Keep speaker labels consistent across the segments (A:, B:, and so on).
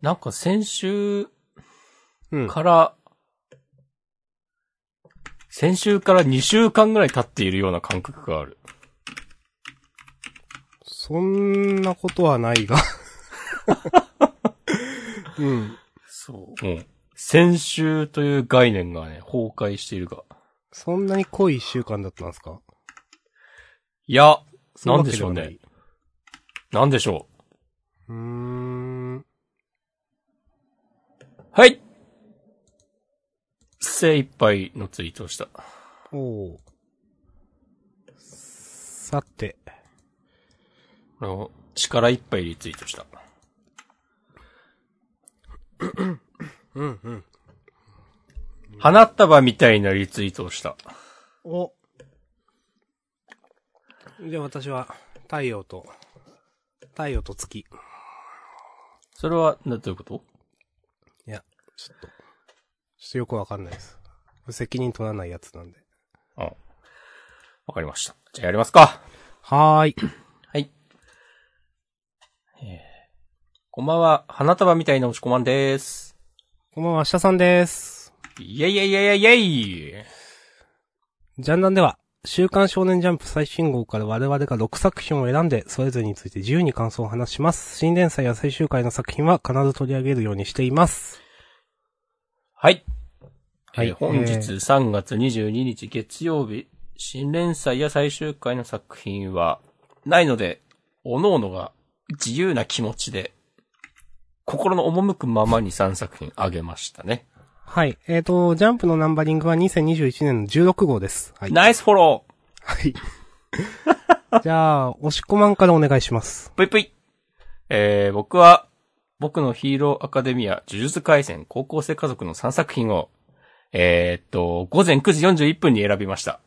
A: なんか先週
B: うん。
A: から、先週から2週間ぐらい経っているような感覚がある。
B: そんなことはない が。うん。
A: そう。うん。先週という概念がね、崩壊しているが。
B: そんなに濃い一週間だったんですか
A: いや、
B: そ
A: なん
B: わ
A: で
B: け
A: しょう
B: は
A: ね
B: ない。
A: なんでしょ
B: うーん。
A: う。はい精一杯のツイートをした。
B: おお。さて。
A: あの、力いっぱいリツイートした。
B: うんうん。
A: 花束みたいなリツイートをした。
B: お。じゃあ私は、太陽と、太陽と月。い
A: それは、な、どういうこと
B: や、ちょっと、ちょっとよくわかんないです。無責任取らないやつなんで。
A: うん。わかりました。じゃあやりますか。
B: はーい。
A: はい。えーこんばんは、花束みたいな押し込まんです。
B: こんばんは、下さんです。
A: イェイイェイイェイイェイイェイ
B: ジャンダンでは、週刊少年ジャンプ最新号から我々が6作品を選んで、それぞれについて自由に感想を話します。新連載や最終回の作品は必ず取り上げるようにしています。
A: はい。
B: はい
A: えー本
B: え
A: 日
B: ー
A: 3月22日月曜日、新連載や最終回の作品はないので、各々が自由な気持ちで、心の赴くままに3作品あげましたね。
B: はい。えっ、と、ジャンプのナンバリングは2021年の16号です。 はい。
A: ナイスフォロ
B: はい。じゃあ、押し込まんからお願いします
A: ー。ぷいぷいえー、僕は、僕のヒーローアカデミア、呪術廻戦、高校生家族の3作品を、えー、っと、午前9時41分に選びました。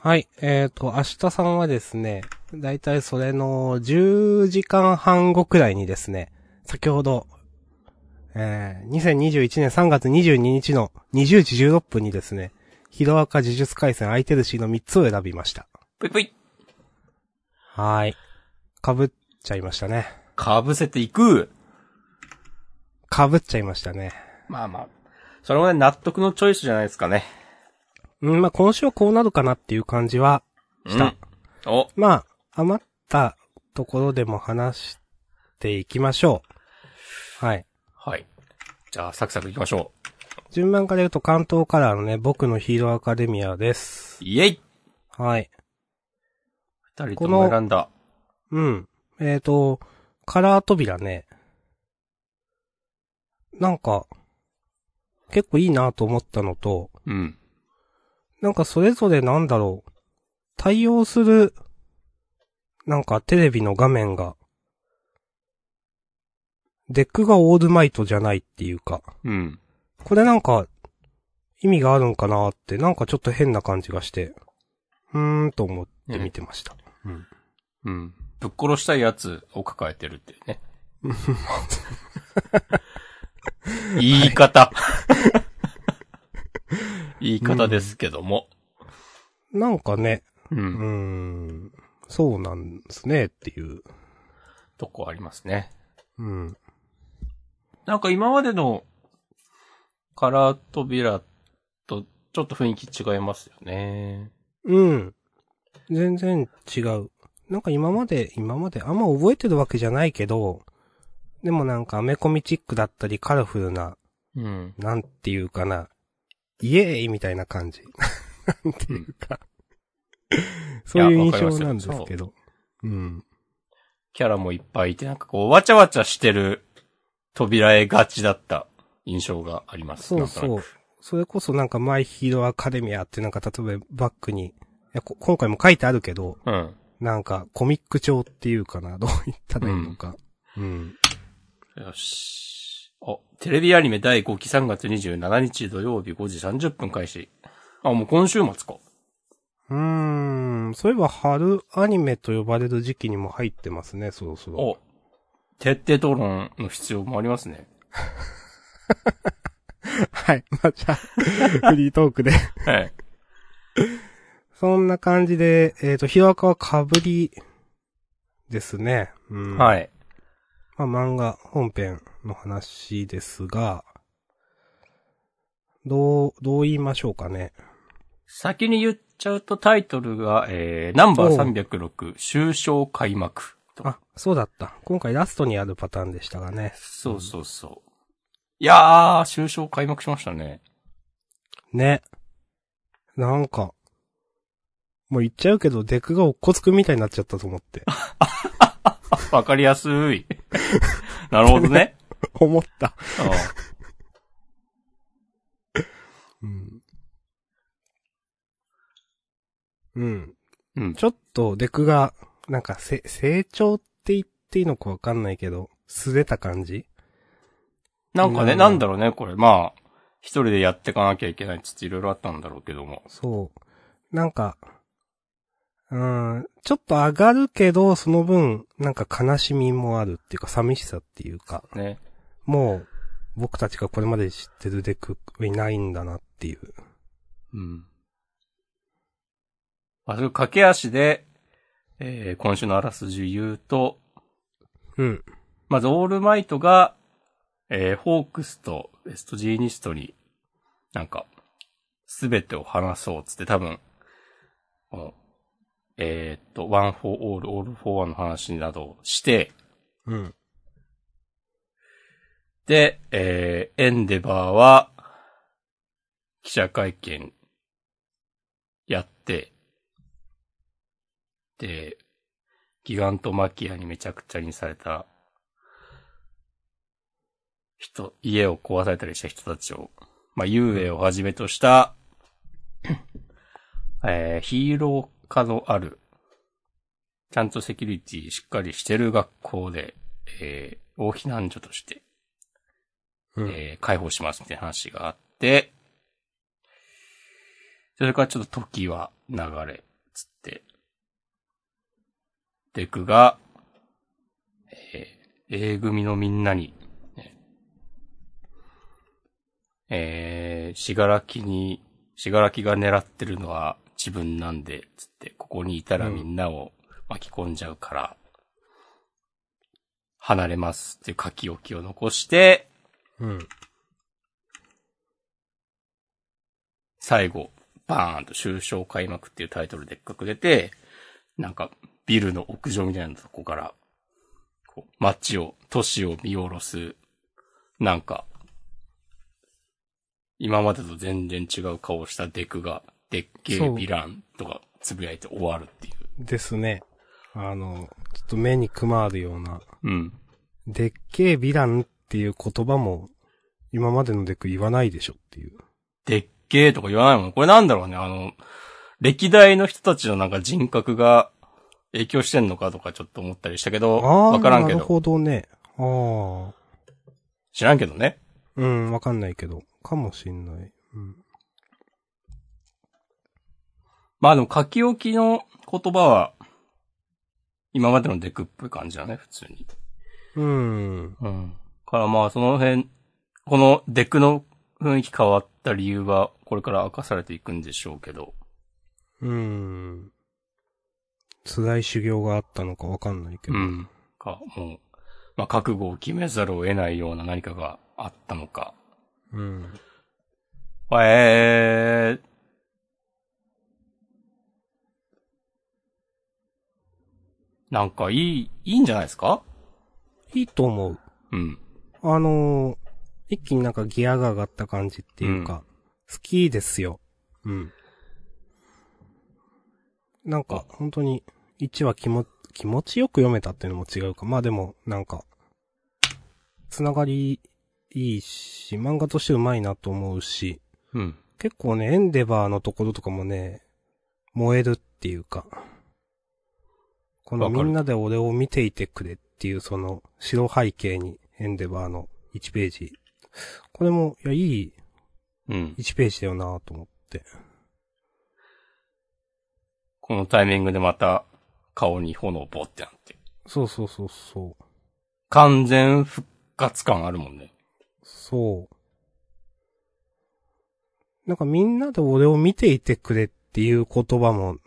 B: はい。えっ、と、明日さんはですね、だいたいそれの10時間半後くらいにですね、先ほど、えー、2021年3月22日の20時16分にですね、ヒロアカ呪術回戦空いてるしの3つを選びました。
A: ぷいぷい
B: はい。被っちゃいましたね。
A: かぶせていく
B: 被っちゃいましたね。
A: まあまあ。それもね、納得のチョイスじゃないですかね。
B: うん、まあ、今週はこうなるかなっていう感じはした。
A: うん。お、
B: まあ、余ったところでも話していきましょう。はい。
A: はい。じゃあ、サクサク行きましょ
B: 順番から言うと関東カラーのね、僕のヒーローアカデミアで
A: う。
B: す。
A: イェイ
B: はい。
A: 二人とも選んだ。
B: うん。えっ、と、カラー扉ね。なんか、結構いいなと思ったのと、
A: うん。
B: なんかそれぞれなんだろう、対応する、なんかテレビの画面が、デックがオールマイトじゃないっていうか、
A: うん。
B: これなんか、意味があるんかなって、なんかちょっと変な感じがして、うーんと思って見てました。
A: うん。ぶっ殺したいやつを抱えてるっていうね。言い方。言い方ですけども。
B: なんかね、
A: う
B: うー
A: ん。
B: ん、そうなんですねっていう。
A: とこありますね。
B: うん。
A: なんか今までのカラー扉とちょっと雰囲気違いますよね。
B: うん。全然違う。なんか今まで、今まであんま覚えてるわけじゃないけど、でもなんかアメコミチックだったりカラフルな、
A: うん。
B: なんていうかな、イエーイみたいな感じ。なんていうか。そういう印象なんですけど。うん。
A: キャラもいっぱいいて、なんかこう、わちゃわちゃしてる扉絵がちだった印象があります。。
B: そうそうう。それこそなんかマイヒーローアカデミアってなんか例えばバックに、いやこ今回も書いてあるけど、
A: うん。
B: なんかコミック調っていうかな、どう 言ったらいいのか。うん。
A: よし。あ、テレビアニメ第5期3月27日土曜日5時30分開始。あ、もう今週末か。
B: うーん。そういえば春アニメと呼ばれる時期にも入ってますね、そろそろ。
A: お、徹底討論の必要もありますね。
B: はい。まあ、 じゃあ、フリートークで。
A: はい。
B: そんな感じで、えっ、と、ヒロアカは被りですね。うん。い。
A: はい。
B: まあ、漫画本編の話ですが、どう、どう言いましょうかね。
A: 先に言っちゃうとタイトルが、えー、ナンバー306、終章開幕と。
B: あ、そうだった。今回ラストにあるパターンでしたがね。
A: そうそうそう。いやー、終章開幕しましたね。
B: ね。なんか、もう言っちゃうけど、デクがおっこつくみたいになっちゃったと思って。
A: わかりやす い。なるほどね。
B: 思った。
A: う
B: うん。うん。
A: んうん。
B: ちょっとデクが、なんかせ、成長って言っていいのかわかんないけど、素れた感じ
A: なんかね、
B: うん
A: なんだろうね、これ。まあ、一人でやってかなきゃいけないっつっていろいろあったんだろうけども。
B: そう。なんか、うーん、ちょっと上がるけど、その分、なんか悲しみもあるっていうか、寂しさっていうか、
A: ね。
B: もう、僕たちがこれまで知ってるデクいないんだなっていう。
A: うん。あ、それ駆け足で、えー、今週のあらすじ言うと、
B: うん。
A: まず、オールマイトが、えー、ホークスとベストジーニストに、なんか、すべてを話そうっつって多分、このえーっと、ワン・フォー・オール、オール・フォー・ワンの話などをして、
B: うん。
A: で、えー、エンデバーは、記者会見、やって、で、ギガントマキアにめちゃくちゃにされた、人、家を壊されたりした人たちを、まあ、遊泳をはじめとした、えー、ヒーロー化のある、ちゃんとセキュリティしっかりしてる学校で、えー、大避難所として、
B: うん。
A: えー解放しますみたいな話があって、それからちょっと時は流れ、つって、デクが、えー A 組のみんなに、ねえー、しがらきに、しがらきが狙ってるのは自分なんで、つって、ここにいたらみんなを巻き込んじゃうから、離れますっていう書き置きを残して、
B: うん。
A: 最後、バーンと終章開幕っていうタイトルでっかく出て、なんか、ビルの屋上みたいなとこから、こう、街を、都市を見下ろす、なんか、今までと全然違う顔をしたデクが、でっけえ
B: そ
A: ヴ
B: う
A: ィランとかつぶやいて終わるっていう。
B: ですね。あの、ちょっと目にくまあるような、
A: うん。
B: でっけえヴィランっていう言葉も、今までのデク言わないでしょっていう。
A: でっけえとか言わないもん。これなんだろうね、あの、歴代の人たちのなんか人格が影響してんのかとかちょっと思ったりしたけど、
B: あ
A: わ
B: あ
A: からん
B: な
A: け
B: る
A: ど、
B: ほどね。ああ。
A: 知らんけどね。
B: うん、わかんないけど。かもしんない。うん。
A: まあでも書き置きの言葉は、今までのデクっぽい感じだね、普通に。
B: うん。
A: うん。からまあその辺、このデクの雰囲気変わった理由は、これから明かされていくんでしょうけど。
B: うん。辛い修行があったのかわかんないけど。
A: うん。か、もう、まあ覚悟を決めざるを得ないような何かがあったのか。
B: うん。
A: えー。なんかいい、いいんじゃないですか
B: いいと思う。
A: うん。
B: あのー一気になんかギアが上がった感じっていうか、好きですよ。うん。なんか、本当に、1話気も、気持ちよく読めたっていうのも違うか。まあでも、なんか、つながりいいし、漫画としてうまいなと思うし、
A: うん。
B: 結構ね、エンデバーのところとかもね、燃えるっていうか、この
A: わか
B: み
A: る
B: んなで俺を見ていてくれっていうその白背景にエンデバーの1ページ。これも、いや、いい
A: うん。
B: 1ページだよなと思って。
A: このタイミングでまた顔に炎ボってなって。
B: そうそうそうそう。
A: 完全復活感あるもんね。
B: そう。なんかみんなで俺を見ていてくれっていう言葉も、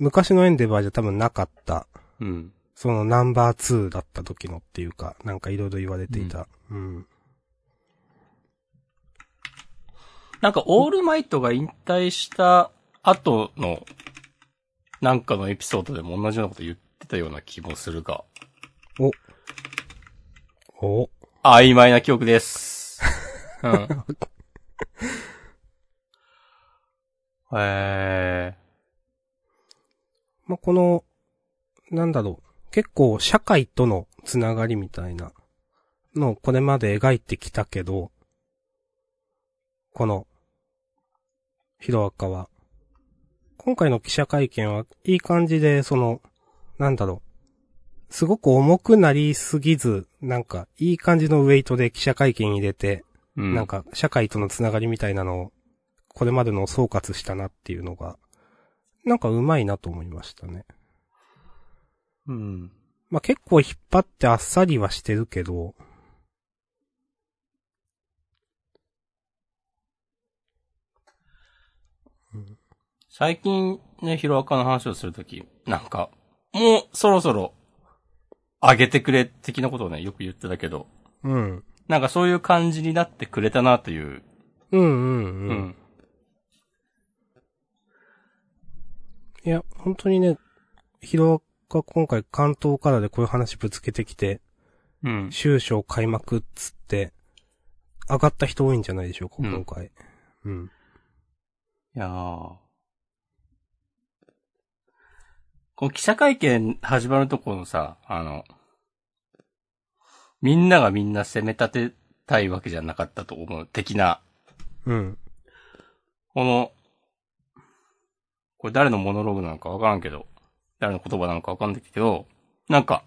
B: 昔のエンデバーじゃ多分なかった。
A: うん。
B: そのナンバー2だった時のっていうか、なんかいろいろ言われていた。うん。
A: なんか、オールマイトが引退した後の、なんかのエピソードでも同じようなこと言ってたような気もするが、
B: お
A: 曖昧な記憶です。 うん。え
B: まあ、この、なんだろう。結構社会とのつながりみたいなのをこれまで描いてきたけど、この、ヒロアカは、今回の記者会見はいい感じで、その、なんだろう。すごく重くなりすぎず、なんか、いい感じのウェイトで記者会見入れて、
A: ー、う
B: なん、か、社会とのつながりみたいなのを、これまでのを総括したなっていうのが、なんかうまいなと思いましたね。
A: うん。
B: まあ、結構引っ張ってあっさりはしてるけど、
A: 最近ね、ヒロアカの話をするとき、なんか、もうそろそろ、上げてくれ、的なことをね、よく言ってたけど、
B: うん。
A: なんかそういう感じになってくれたなという、
B: うんう
A: う
B: んうん。いや、本当にね、ヒロが今回関東からでこういう話ぶつけてきて、
A: うん。
B: 終章開幕っつって、上がった人多いんじゃないでしょうか、
A: うん
B: 今回。うん。
A: いやーこの記者会見始まるとこのさ、あの、みんながみんな攻め立てたいわけじゃなかったと思う、的な、
B: うん。
A: この、これ誰のモノローグなのかわからんけど、誰の言葉なのかわかんないけど、なんか、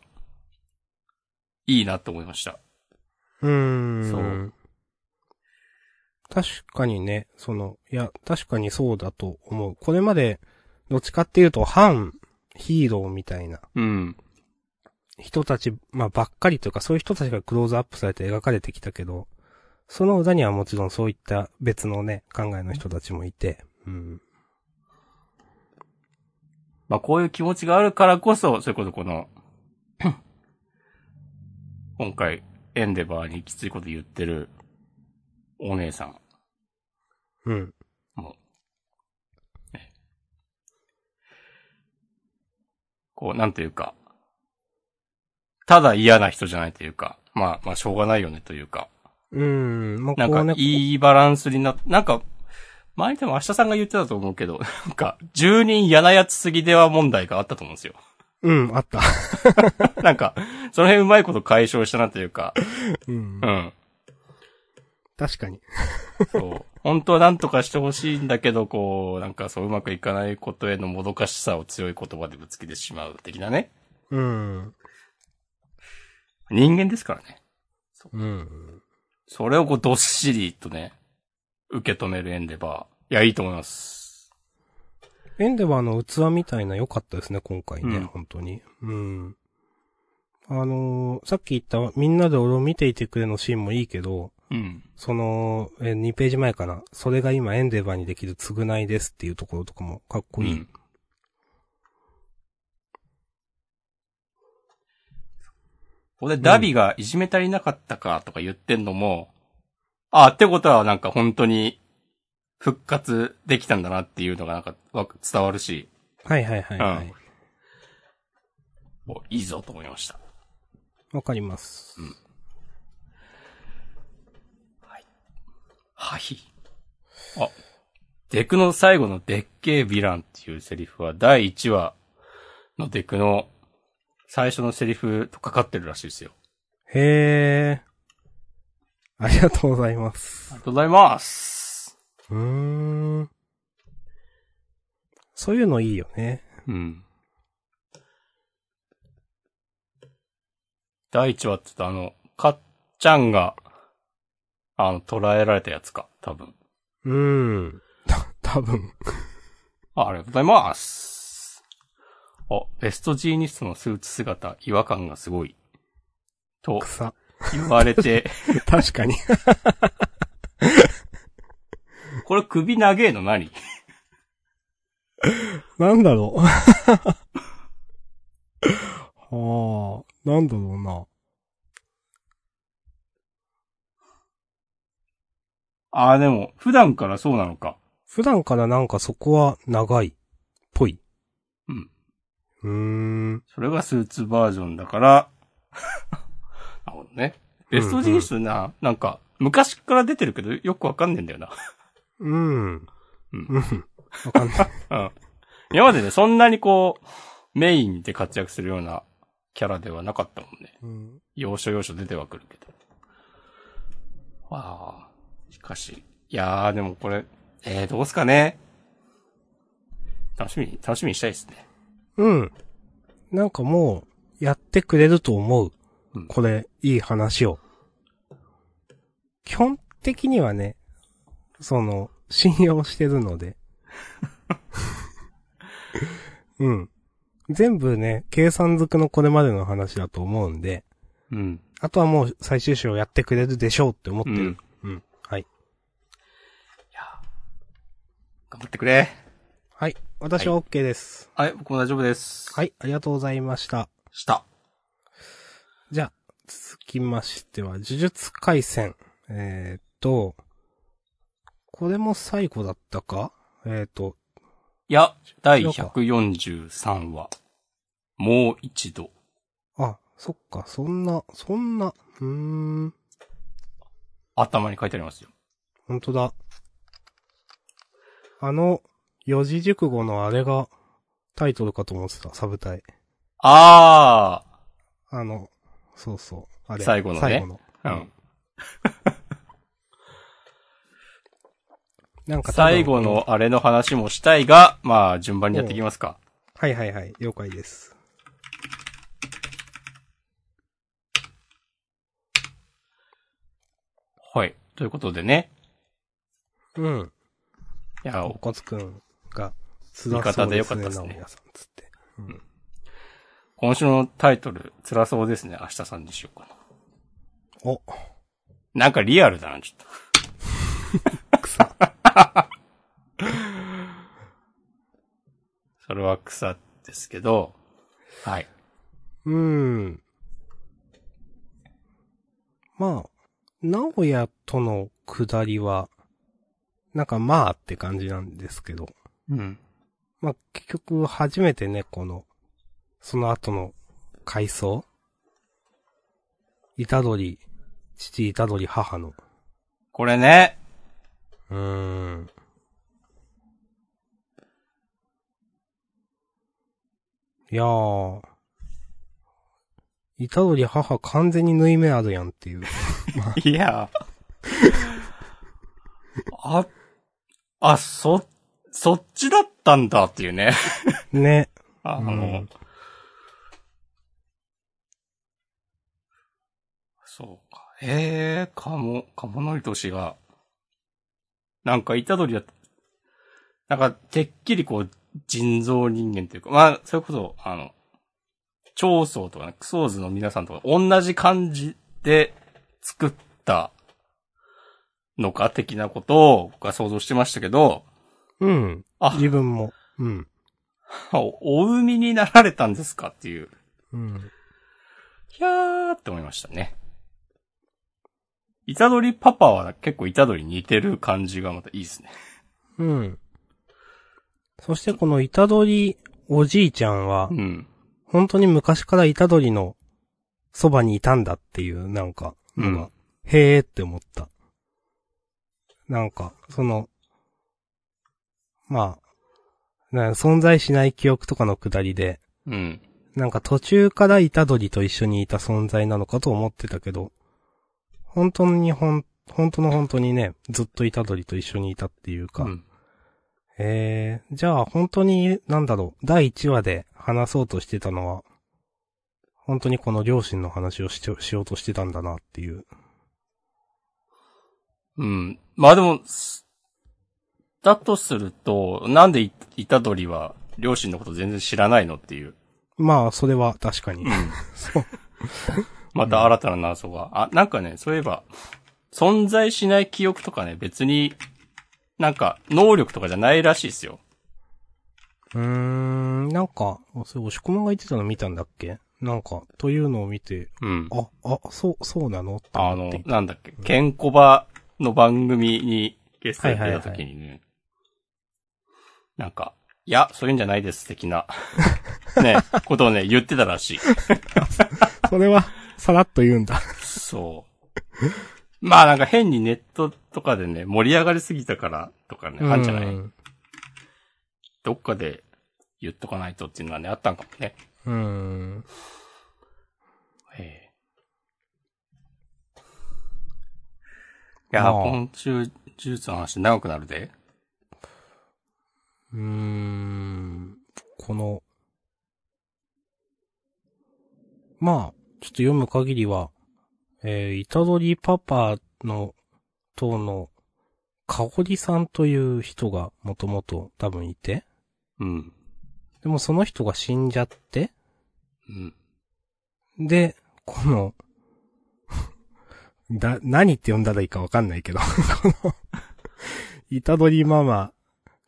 A: いいなと思いました。
B: うーん。
A: そう。
B: 確かにね、その、いや、確かにそうだと思う。これまで、どっちかっていうと、反ヒーローみたいな
A: うん。
B: 人たち、まあ、ばっかりというか、そういう人たちがクローズアップされて描かれてきたけど、その裏にはもちろんそういった別のね、考えの人たちもいて、うん。
A: まあこういう気持ちがあるからこそ、それこそこの、 今回、エンデバーにきついこと言ってる、お姉さん
B: うん。
A: も、ねこう、なんというか、ただ嫌な人じゃないというか、まあ、まあ、しょうがないよねというか、
B: うん、ま
A: な
B: あ、こうん
A: か
B: ね、、
A: いいバランスになっ、なんか、前でも明日さんが言ってたと思うけど、 なんか、住人嫌なやつすぎでは問題があったと思うんですよ。
B: うん、あった。
A: なんか、その辺うまいこと解消したなというか、
B: う
A: う、
B: ん
A: ん。
B: 確かに。
A: そう。本当はなんとかしてほしいんだけど、こう、なんかそううまくいかないことへのもどかしさを強い言葉でぶつけてしまう的なね。
B: うん。
A: 人間ですからね。
B: うん。
A: それをこう、どっしりとね、受け止めるエンデバー。いや、いいと思います。
B: エンデバーの器みたいな良かったですね、今回ね、
A: うん
B: 本当に。うん。あのーさっき言った、みんなで俺を見ていてくれのシーンもいいけど、
A: うん。
B: その、えー、2ページ前かな。それが今エンデバーにできる償いですっていうところとかもかっこいい。
A: うんこれダビがいじめ足りなかったかとか言ってんのも、あってことはなんか本当に復活できたんだなっていうのがなんかわ伝わるし、
B: はいはいはいはい。
A: おいいぞと思いました。
B: わかります。
A: はい。あ、デクの最後のでっけえヴィランっていうセリフは第1話のデクの最初のセリフとかかってるらしいですよ。
B: へえ。ありがとうございま
A: あ
B: す
A: り。がとうございます。
B: うーん。そういうのいいよね。
A: うん。第1話って言ったあの、かっちゃんが、あの、捕らえられたやつか、多分。
B: うん。た、多分。
A: あありがとうございます。あ、ベストジーニストのスーツ姿、違和感がすごい。と
B: 草。
A: 言われて、
B: 確かに。
A: これ首長えの何
B: なんだろう。あー、なんだろうな。
A: ああ、でも、普段からそうなのか。
B: 普段からなんかそこは長いっぽい。
A: うん。
B: うーん。
A: それがスーツバージョンだから、 なるほどね。ベストジーンスな、なんか、昔から出てるけど、よくわかんねえんだよな。
B: うん。うん。わかんない。
A: うん。今までね、そんなにこう、メインで活躍するようなキャラではなかったもんね。
B: うん
A: 要所要所出てはくるけど。わあ。しかし。いやー、でもこれ、えー、どうすかね。楽しみに、楽しみにしたいですね。
B: うん。なんかもう、やってくれると思う
A: うん。
B: これ、いい話を。基本的にはね、その、信用してるの で。うん。全部ね、計算づくのこれまでの話だと思うんで、
A: うん。
B: あとはもう最終章やってくれるでしょうって思って
A: う
B: る。
A: ん。
B: うん。はい。
A: 頑張ってくれ。
B: はい。私は OK です。
A: はい、僕も大丈夫です。
B: はい、ありがとうございました。
A: した。
B: じゃあ、続きましては、呪術回戦。えーっと、これも最後だったかえーっと、
A: いや、第
B: そうか
A: 143話。もう一度。
B: あ、そっか、そんな、そんな、うーん、
A: 頭に書いてありますよ。
B: ほんとだ。あの、四字熟語のあれが、タイトルかと思ってた、サブタイ。
A: あ
B: あの、そうそう、あれ。
A: 最後のね
B: 最後の。
A: ー。うん。
B: なんか多分
A: 最後。のあれの話もしたいが、まあ、順番にやっていきますか。
B: はいはいはい、了解です。
A: はい。ということでね。
B: うん。
A: いや、
B: お
A: お
B: こつくんが、つ
A: 味方でよかったですね
B: 皆さん、つって。
A: 今週のタイトル、辛そうですね。明日さんにしようかな。
B: お、
A: なんかリアルだな、ちょっと。それは草ですけど、はい。
B: うーん。まあ、名古屋との下りは、なんかまあって感じなんですけど、
A: うん。
B: まあ結局初めてね、この、その後の回想イタドリ、父イタドリ母の。
A: これ ね、
B: うーん。いやー。いたどり母完全に縫い目あるやんって いう。
A: いや。あ、あ、そ、そっちだったんだっていうね。
B: ね。
A: あの、
B: うん
A: そうか。ええー、かも、かものりとしが、なんか、いたどりだなんか、てっきりこう、人造人間というか、まあ、それこそ、あの、長宗とかね、クソーズの皆さんとか、同じ感じで作ったのか、的なことを、僕は想像してましたけど、
B: うん。
A: あ、
B: 自分も。うん。
A: おお海になられたんですかっていう。
B: うん。
A: ひゃーって思いましたね。イタドリパパは結構イタドリ似てる感じがまたいいですね。
B: うん。そしてこのいたどりおじいちゃんは
A: う、ん。
B: 本当に昔からいたどりのそばにいたんだっていう、なんか、のが、
A: うん
B: へーって思った。なんか、その、まあ、な存在しない記憶とかのくだりで、
A: うん。
B: なんか途中からいたどりと一緒にいた存在なのかと思ってたけど、本当にほん、本当の本当にね、ずっといたどりと一緒にいたっていうか、
A: うん
B: えー、じゃあ本当に、なんだろう、第1話で話そうとしてたのは、本当にこの両親の話をしちょしようとしてたんだなっていう。
A: うん。まあでも、すだとすると、なんでイイタドリは両親のこと全然知らないのっていう。
B: まあ、それは確かに。 そう。
A: また新たな謎が。あ、なんかね、そういえば、存在しない記憶とかね、別に、なんか、能力とかじゃないらしいですよ。
B: うーん、なんか、そう押し込まが言ってたの見たんだっけなんか、というのを見て、
A: うん。
B: あ、あ、そう、そうなのって
A: あ
B: 思っ
A: の
B: てい、た。
A: なんだっけ、ケンコバの番組にゲストに出た時にね、なんか、いや、そういうんじゃないです、的 な、ね、ことをね、言ってたらしい。
B: それは、さらっと言うんだ。
A: そう。まあなんか変にネットとかでね、盛り上がりすぎたからとかね、あんじゃな
B: う
A: い
B: ん。
A: どっかで言っとかないとっていうのはね、あったんかもね。
B: うん。
A: ええいや、
B: まあ
A: 今週、呪術の話長くなるで。
B: うーん。この、まあ、ちょっと読む限りは、えー、イタドリパパの、との、香織さんという人がもともと多分いて、
A: うん。
B: でもその人が死んじゃって、
A: うん。
B: で、この、 だ、何って呼んだらいいかわかんないけど、この、イタドリママ、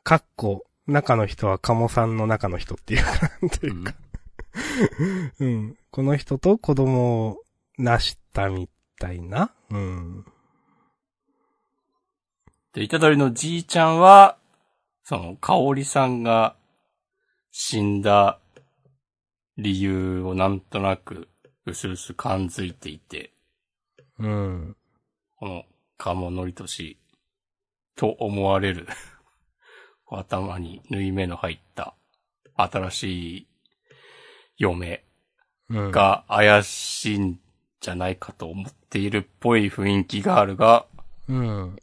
B: かっこ、中の人はカモさんの中の人っていう、なんていうか、うん。この人と子供をなしたみたいな、うん。
A: で、いたどりのじいちゃんは、その、かおりさんが死んだ理由をなんとなく、うすうす感づいていて、
B: うん。
A: この、鴨のりとし、と思われる、頭に縫い目の入った、新しい嫁
B: うん。
A: が怪しいんじゃないかと思っているっぽい雰囲気があるが、
B: うん。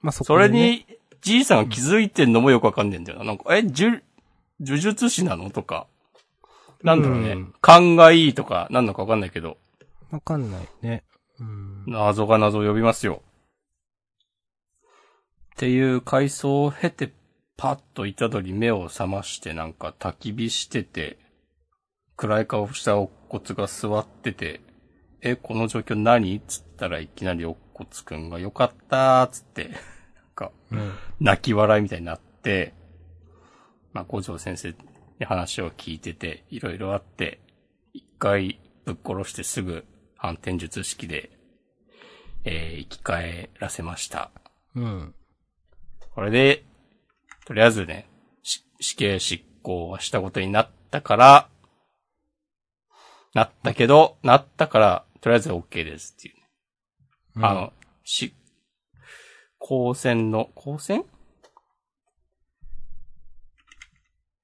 B: まあ、そ
A: そ
B: こで
A: れ
B: ね、
A: に、じいさんが気づいてんのもよくわかんねえんだよな。なんか、え、呪、呪術師なのとか、なんだろうね、
B: うん
A: 勘がいいとか、なんだかわかんないけど、
B: わかんないね。うん。
A: 謎が謎を呼びますよ。っていう回想を経て、パッといたどり目を覚ましてなんか焚き火してて、暗い顔したおっこつが座ってて、え、この状況何つったらいきなりおっこつくんがよかったーつって、なんか、
B: うん。
A: 泣き笑いみたいになって、まあ、五条先生に話を聞いてて、いろいろあって、一回ぶっ殺してすぐ反転術式で、えー生き返らせました。
B: うん。
A: これで、とりあえずね、し死刑執行はしたことになったから、なったけど、なったから、とりあえず OK ですっていう。あの、し、光線の、光線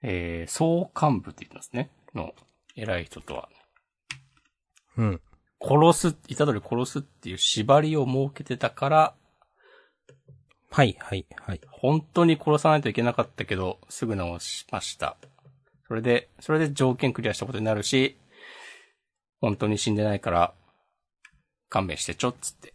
A: えー、総幹部って言ってますね。の、偉い人とは。
B: うん。
A: 殺す、いたどり殺すっていう縛りを設けてたから、
B: はい、はい、はい。
A: 本当に殺さないといけなかったけど、すぐ直しました。それで、それで条件クリアしたことになるし、本当に死んでないから、勘弁してちょっつって。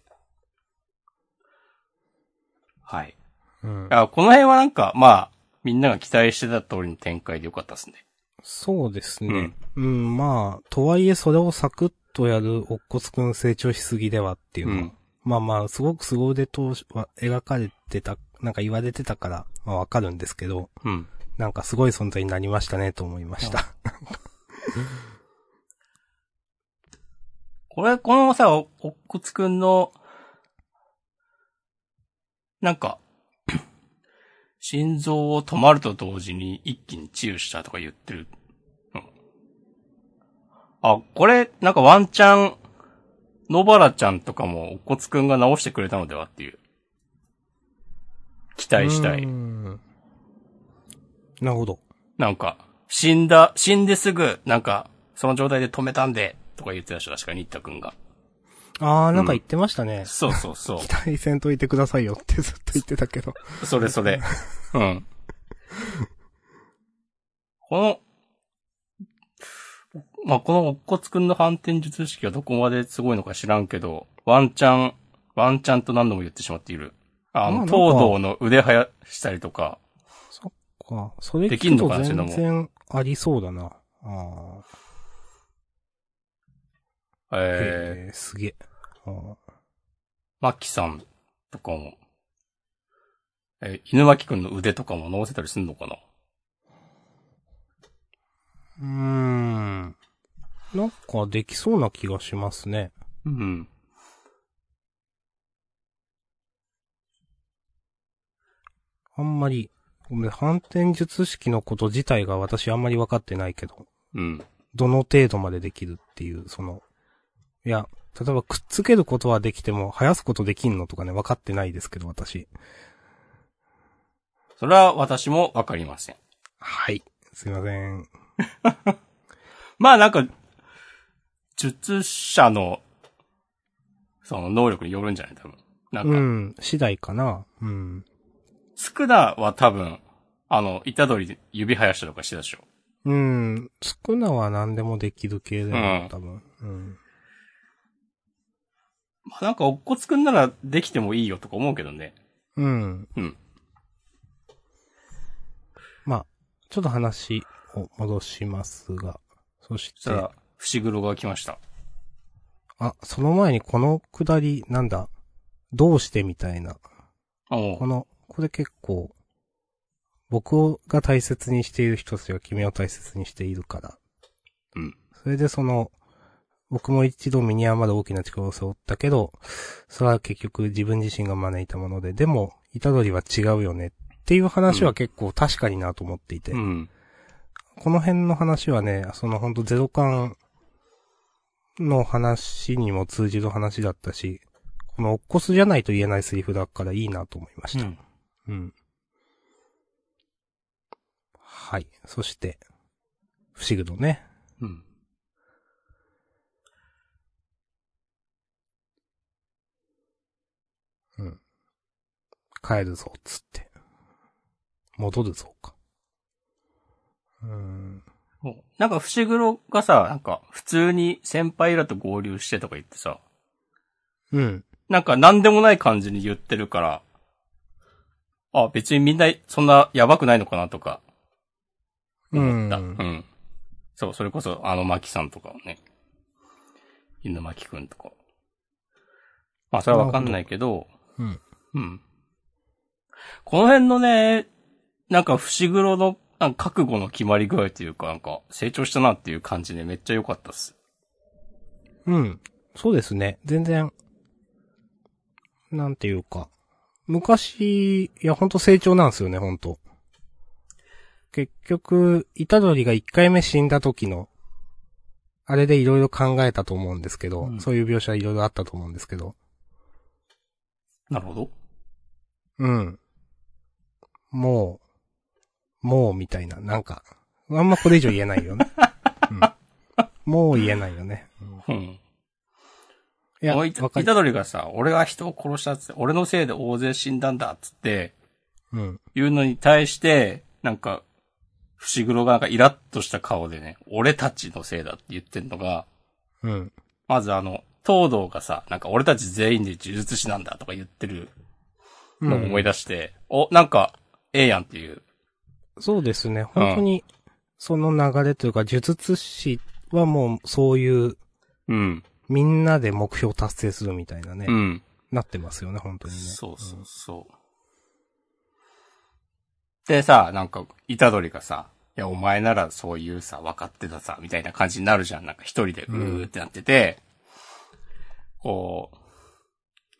A: はい。
B: うん。
A: あ、この辺はなんか、まあ、みんなが期待してた通りの展開でよかったですね。
B: そうですね。うん、まあ、とはいえそれをサクッとやる、おっこつくん成長しすぎではっていうのは、
A: うん
B: まあまあ、すごく凄腕とは描かれてた、なんか言われてたから、まあわかるんですけど、
A: うん。
B: なんかすごい存在になりましたねと思いました。
A: これ、このさ、おおっこつくんの、なんか、 心臓を止まると同時に一気に治癒したとか言ってる。うんあ、これ、なんかワンチャン、野原ちゃんとかも、おっこつくんが直してくれたのではっていう。期待したい。
B: うんなるほど。
A: なんか、死んだ、死んですぐ、なんか、その状態で止めたんで、とか言ってたでしょ、確か、新田くんが。
B: あー、なんか言ってましたね。
A: そうそうそ
B: 期待せんといてくださいよってずっと言ってたけど。
A: う。 それそれ。うん。この、まあ、この、おっこつくんの反転術式はどこまですごいのか知らんけど、ワンチャン、ワンチャンと何度も言ってしまっている。あ
B: まあな
A: の、
B: ん
A: 東
B: か
A: 堂の腕生やしたりとか、
B: そっか。それ
A: で
B: 聞
A: きん
B: く
A: の
B: と
A: かなそういうの
B: 全
A: も
B: 然ありそうだな。あー
A: えー、
B: えー、すげえ。あー
A: マキさんとかも、えー、犬巻くんの腕とかも直せたりすんのかな
B: うーん。なんかできそうな気がしますね。
A: うん。
B: あんまり、ごめん、反転術式のこと自体が私あんまり分かってないけど、
A: うん。
B: どの程度までできるっていう、その、いや、例えばくっつけることはできても、生やすことできんのとかね、分かってないですけど、私。
A: それは私もわかりません。
B: はい。すいません。
A: まあなんか、術者の、その能力によるんじゃない多分。なん
B: う
A: か、
B: ん、次第かな。うん。
A: スクダは多分、あの、イタドリで指生やしたりとかしてたでしょ。
B: うん、つくなは何でもできる系だよ、
A: うん
B: 多分。うん。
A: まあなんか、おっこつくんならできてもいいよとか思うけどね。
B: うん。
A: うん。
B: まあ、ちょっと話を戻しますが、そし
A: そしてた、ら、伏黒が来ました。
B: あ、その前にこのくだり、なんだ、どうしてみたいな。
A: お
B: こ
A: う
B: の、これ結構、僕が大切にしている人たちが君を大切にしているから。
A: うん。
B: それでその、僕も一度身に余る大きな力を背負ったけど、それは結局自分自身が招いたもので、でも、イタドリは違うよねっていう話は結構確かになと思っていて。
A: うん。
B: この辺の話はね、そのほんとゼロ感の話にも通じる話だったし、このおっこすじゃないと言えないセリフだからいいなと思いました。
A: うん
B: うん。はい。そして、不思議とね。
A: うん。
B: うん。帰るぞ、つって。戻るぞ、か。うーん。
A: おなんか、伏黒がさ、なんか、普通に先輩らと合流してとか言ってさ、
B: うん。
A: なんか、なんでもない感じに言ってるから、あ、別にみんな、そんな、やばくないのかなとか、思った。
B: う
A: うんん。そう、それこそ、あの、マキさんとかをね。犬巻くんとか。まあ、それはわかんないけど、
B: うん。
A: うん。この辺のね、なんか、伏黒の、なんか覚悟の決まり具合というか、なんか、成長したなっていう感じで、めっちゃ良かったっす。
B: うん。そうですね。全然、なんていうか。昔、いや、ほんと成長なんですよね、ほんと。結局、イタドリが1回目死んだ時の、あれでいろいろ考えたと思うんですけど、
A: うん
B: そういう描写いろいろあったと思うんですけど、
A: なるほど。
B: うん。もう、もうみたいな、なんか、あんまこれ以上言えない よね。うん、もう言えないよね。うん
A: うん。
B: い
A: い
B: や、
A: や、
B: わ
A: い
B: か
A: た
B: る。
A: どりがさ、俺が人を殺したっつって、俺のせいで大勢死んだんだっつって、
B: うん。
A: 言うのに対して、なんか、伏黒がなんかイラッとした顔でね、俺たちのせいだって言ってんのが、
B: うん。
A: まずあの、東堂がさ、なんか俺たち全員で呪術師なんだとか言ってるのを思い出して、お、なんか、ええやんっていう。
B: そうですね。本当に、その流れというか、呪術師はもう、そういう、
A: うん。
B: みんなで目標達成するみたいなね、
A: うん。
B: なってますよね、本当にね。
A: そうそうそう。でさ、なんか、イタドリがさ、いや、お前ならそういうさ、分かってたさ、みたいな感じになるじゃん。なんか一人で、うーってなってて、こう、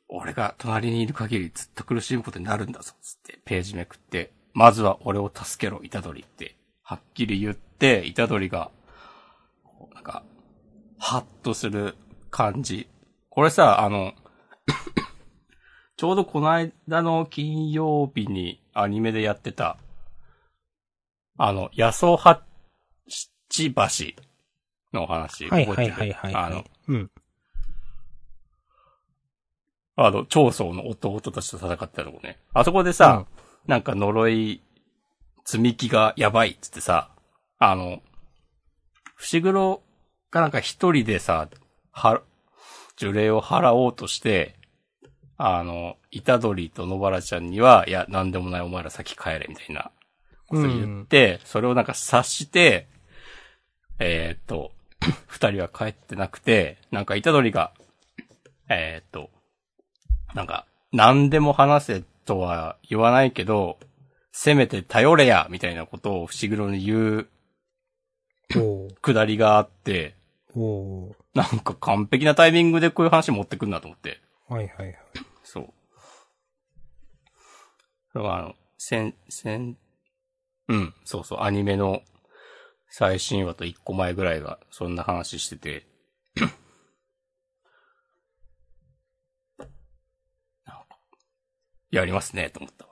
A: 俺が隣にいる限りずっと苦しむことになるんだぞ、つって、ページめくって、まずは俺を助けろ、イタドリって、はっきり言って、イタドリが、こうなんか、ハッとする感じ。これさ、あの、ちょうどこの間の金曜日にアニメでやってた、あの、野草八橋のお話。
B: はい
A: 覚
B: は
A: え
B: い
A: てる
B: はいはい、
A: あの、
B: うん。
A: あの、長宗の弟たちと戦ってたとこね。あそこでさ、なんか呪い、積み木がやばいっつってさ、あの、伏黒がなんか一人でさ、は、呪霊を払おうとして、あの、イタドリと野原ちゃんには、いや、なんでもないお前ら先帰れ、みたいな、こと言って、それをなんか察して、えーっと、二人は帰ってなくて、なんかイタドリが、えーっと、なんか、何でも話せとは言わないけど、せめて頼れやみたいなことを伏黒に言う
B: おー
A: くだりがあって、
B: おー。
A: なんか完璧なタイミングでこういう話持ってくんなと思って。
B: はいはいはい。
A: そう。それはあの、先、先、うん、そうそう、アニメの最新話と一個前ぐらいが、そんな話してて。 なんかやりますね、と思ったわ。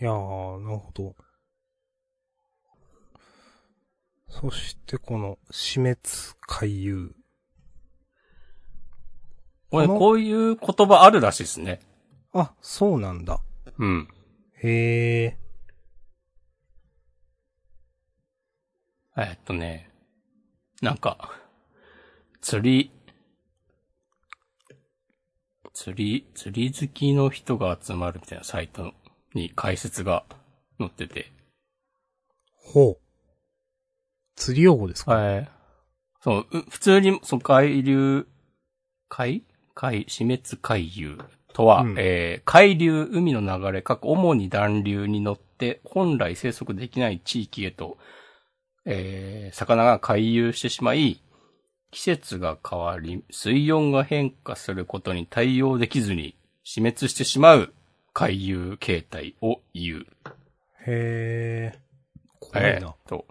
B: いやー、なるほど。そしてこの、死滅回遊。
A: これ、
B: この
A: こういう言葉あるらしいですね。
B: あ、そうなんだ。
A: うん。
B: へえ。
A: えっとね、なんか、釣り、釣り、釣り好きの人が集まるみたいなサイトに解説が載ってて。
B: ほう。釣り用語ですか、
A: はい。そう、う普通に、その海流、海海、死滅海流とは、
B: うん
A: えー海流、海の流れ、各主に暖流に乗って、本来生息できない地域へと、えー魚が回遊してしまい、季節が変わり、水温が変化することに対応できずに、死滅してしまう海流形態を言う。
B: へえ。怖
A: え
B: いな。
A: えと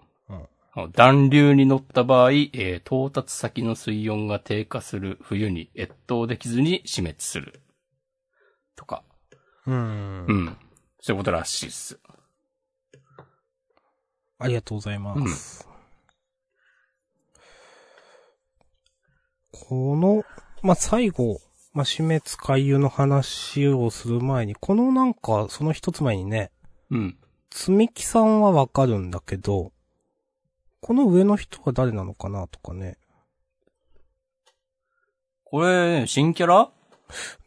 B: うん。
A: 暖流に乗った場合、えー到達先の水温が低下する冬に越冬できずに死滅する。とか。
B: うん
A: う。ん。そういうことらしいっす。
B: ありがとうございます。この、まあ、最後、まあ、死滅回遊の話をする前に、このなんか、その一つ前にね、
A: うん。
B: つみきさんはわかるんだけど、この上の人は誰なのかなとかね。
A: これ、ね、新キャラ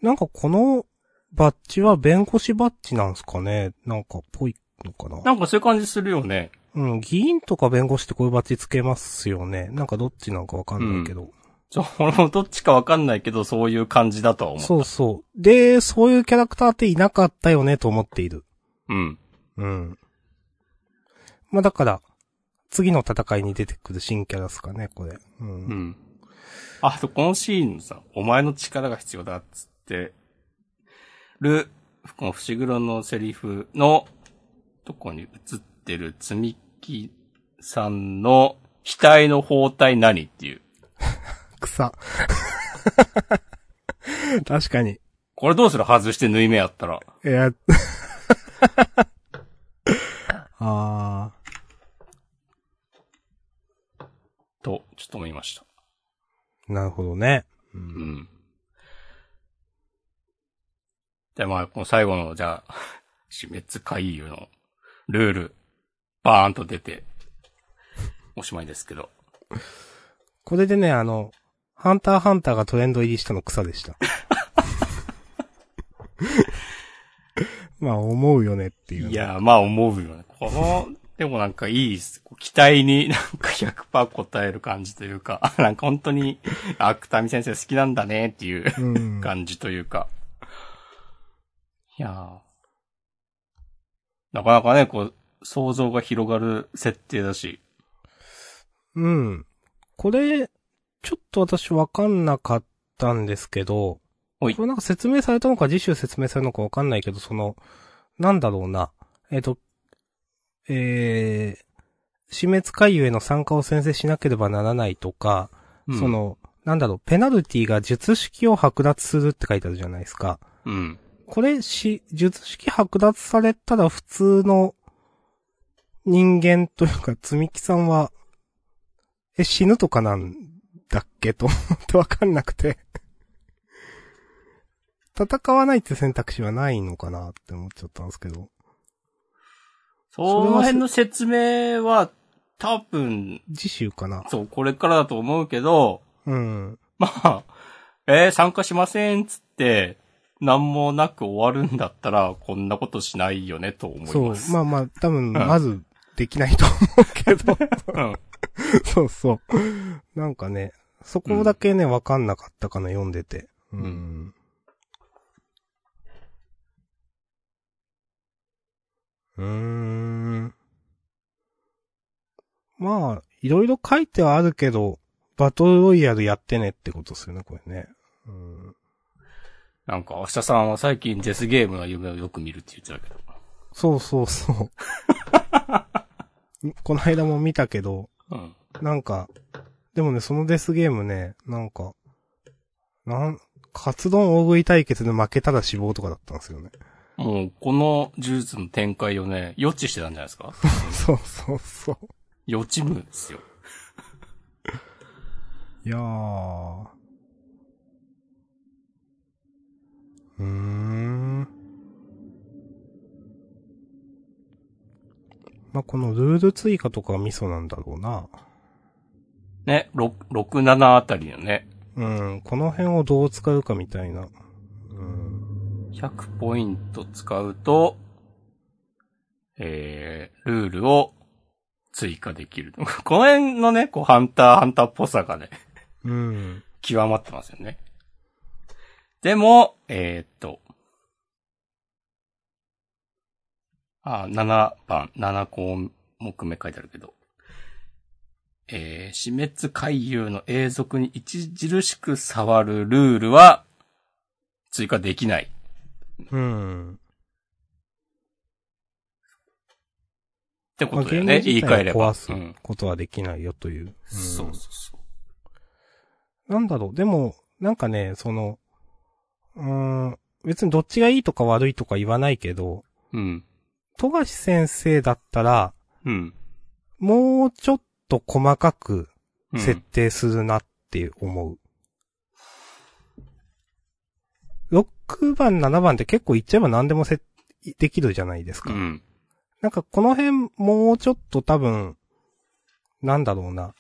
B: なんかこのバッジは弁護士バッジなんすかねなんかぽいのかな
A: なんかそういう感じするよね。
B: うん、議員とか弁護士ってこういうバッジつけますよね。なんかどっちなんかわかんないけど。
A: ちょ、俺もどっちかわかんないけど、そういう感じだとは思う。
B: そうそう。で、そういうキャラクターっていなかったよねと思っている。
A: うん。
B: うん。まあだから、次の戦いに出てくる新キャラっすかね、これ。うん。
A: うん。あと、このシーンさ、お前の力が必要だっつって、る、この伏黒のセリフのとこに映ってる積み木さんの額の包帯何っていう。
B: 草。 確かに。
A: これどうする外して縫い目やったら。
B: いや、 あー
A: と、ちょっと思いました。
B: なるほどね。
A: うん。で、まあ、この最後の、じゃあ、 死滅回遊のルール、バーンと出て、おしまいですけど。
B: これでね、あの、ハンターハンターがトレンド入りしたの草で した。まあ、思うよねっていう。
A: い。や、まあ思うよね。この、でもなんかいいっす。こう期待に なんか100%答える感じというか、 あなんか本当に、あ、くみ先生好きなんだねっていう
B: うん。
A: 感じというか。いやーなかなかね、こう、想像が広がる設定だし。
B: うん。これ、ちょっと私わかんなかったんですけど、
A: ほい
B: これなんか説明されたのか、次週説明されるのかわかんないけど、その、なんだろうな。えっ、と、えー、死滅回遊への参加を宣誓しなければならないとか、
A: うん
B: そ、の、なんだろう、ペナルティが術式を剥奪するって書いてあるじゃないですか。
A: うん。
B: これ、し、術式剥奪されたら普通の人間というか、積木さんは、え、死ぬとかなんだっけと思ってわかんなくて。戦わないって選択肢はないのかなって思っちゃったんですけど。
A: そ
B: れは
A: の辺の説明は、多分、
B: 次週かな。
A: そう、これからだと思うけど、
B: うん。
A: まあ、えー参加しませんっつって、なんもなく終わるんだったら、こんなことしないよね、と思い
B: そ
A: ま
B: う。
A: す。
B: まあまあ、多分、まず、できないと思うけど。
A: うん。
B: そうそう。なんかね、そこだけね、わかんなかったかな、読んでて。うんん。うーん。まあ、いろいろ書いてはあるけど、バトルロイヤルやってねってことですよね、これね。うん、
A: なんか、明日さんは最近デスゲームの夢をよく見るって言ってたけど。
B: そうそう そう。この間も見たけど、
A: うん。
B: なんか、でもね、そのデスゲームね、なんか、なん、カツ丼大食い対決で負けたら死亡とかだったんですよね。
A: もう、この呪術の展開をね、予知してたんじゃないです か
B: そうそうそう。
A: 予知夢ですよ。
B: いやー。うーん。まあ、このルール追加とかはミソなんだろうな。
A: ね、6、6、7あたりのね、
B: うん、この辺をどう使うかみたいな。うん。
A: 100ポイント使うと、えー、ルールを追加できる。この辺のね、こう、ハンター、ハンターっぽさがね、
B: うん。
A: 極まってますよね。でも、えーっと、あ、7番、7項目目書いてあるけど、えー、死滅回遊の永続に著しく触るルールは追加できない。
B: うん。
A: ってこ
B: まあ
A: とだよね。
B: ゲ
A: 言い
B: ーム自体
A: 換えれ
B: を
A: ば。
B: 壊す
A: うん。
B: ことはできないよという。うん
A: そうそうそう。
B: なんだろう、でも、なんかね、その、うーん、別にどっちがいいとか悪いとか言わないけど、
A: うん。
B: 富樫先生だったら、
A: うん。
B: もうちょっと細かく
A: うん
B: 設定するなって思う。6番、7番って結構言っちゃえば何でもせできるじゃないです
A: う
B: か。
A: ん。
B: なんかこの辺もうちょっと多分、なんだろうな。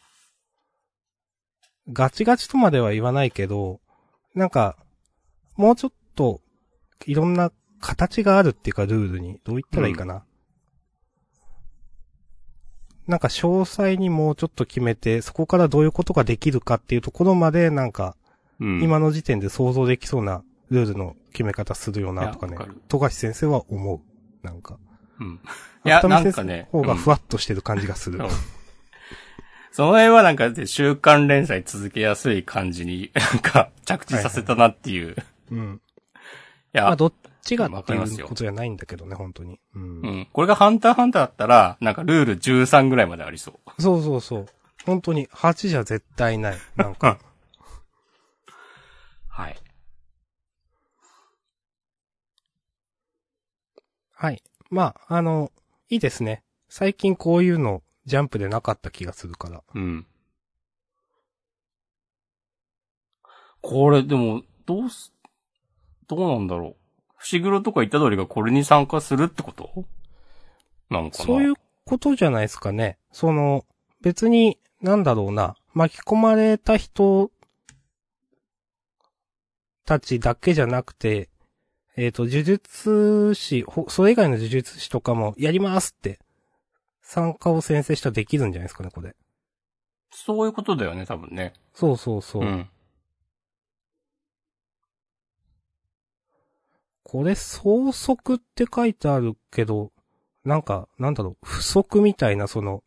B: ガチガチとまでは言わないけど、なんか、もうちょっと、いろんな形があるっていうか、ルールに。どう言ったらいいかな。なんか詳細にもうちょっと決めて、そこからどういうことができるかっていうところまで、なんか、
A: うん。
B: 今の時点で想像できそうなルールの決め方するよなとかね
A: いやわかる、
B: 富樫先生は思う。なんか。
A: うん。いや、なんかね。
B: 方が
A: うん
B: ふわっとしてる感じがする。
A: うんその辺はなんか、週刊連載続けやすい感じに、 なんか、着地させたなっていう。い
B: うん。
A: や、
B: まあ、どっちが
A: わ
B: っ
A: か
B: て
A: り
B: い
A: ますよ
B: うことじゃないんだけどね、本当に。うん。
A: うん。これがハンターハンターだったら、なんかルール13ぐらいまでありそう。
B: そうそうそう。本当に、8じゃ絶対ない。なんか。
A: はい。
B: はい。まあ、あの、いいですね。最近こういうの、ジャンプでなかった気がするから。
A: うん。これ、でも、どうす、どうなんだろう。伏黒とか言った通りがこれに参加するってことなのかな
B: そういうことじゃないですかね。その、別に、なんだろうな、巻き込まれた人たちだけじゃなくて、えっ、と、呪術師、ほそれ以外の呪術師とかも、やりますって、参加を先生したらできるんじゃないですかね、これ。
A: そういうことだよね、多分ね。
B: そうそうそう。
A: うん。
B: これ、創則って書いてあるけど、なんか、なんだろう、不足みたいな、その、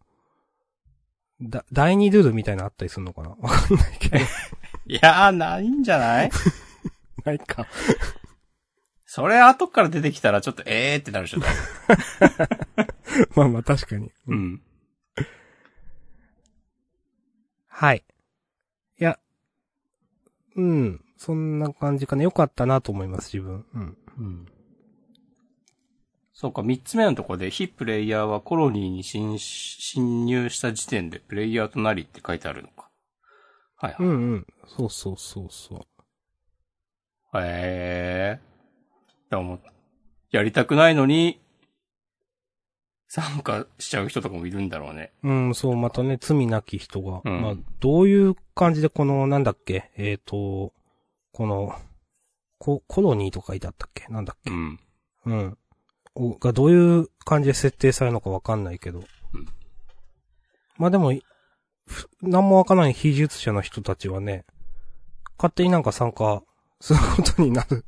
B: だ、第二ルールみたいなのあったりするのかな わかんないけど。
A: いやー、ないんじゃない
B: ないか。
A: それ後から出てきたらちょっとえーってなるでしょ。多分
B: まあまあ確かに。
A: う。ん。
B: はい。いや、うん。そんな感じかな。良かったなと思います、自分。うん。
A: そうか、三つ目のところで、非プレイヤーはコロニーに侵侵入した時点でプレイヤーとなりって書いてあるのか。はいは
B: う
A: い。
B: んうん。そうそうそうそう。
A: へえー。でも、やりたくないのに、参加しちゃう人とかもいるんだろうね。
B: うん、そう、またね、罪なき人が。
A: うん
B: まあ、どういう感じで、この、なんだっけ、えっ、と、この、コ、コロニーとかいてあったっけなんだっけ
A: うん。
B: うん。おがどういう感じで設定されるのかわかんないけど。
A: うん
B: まあでも、ふ何もわからない非術者の人たちはね、勝手になんか参加することになる。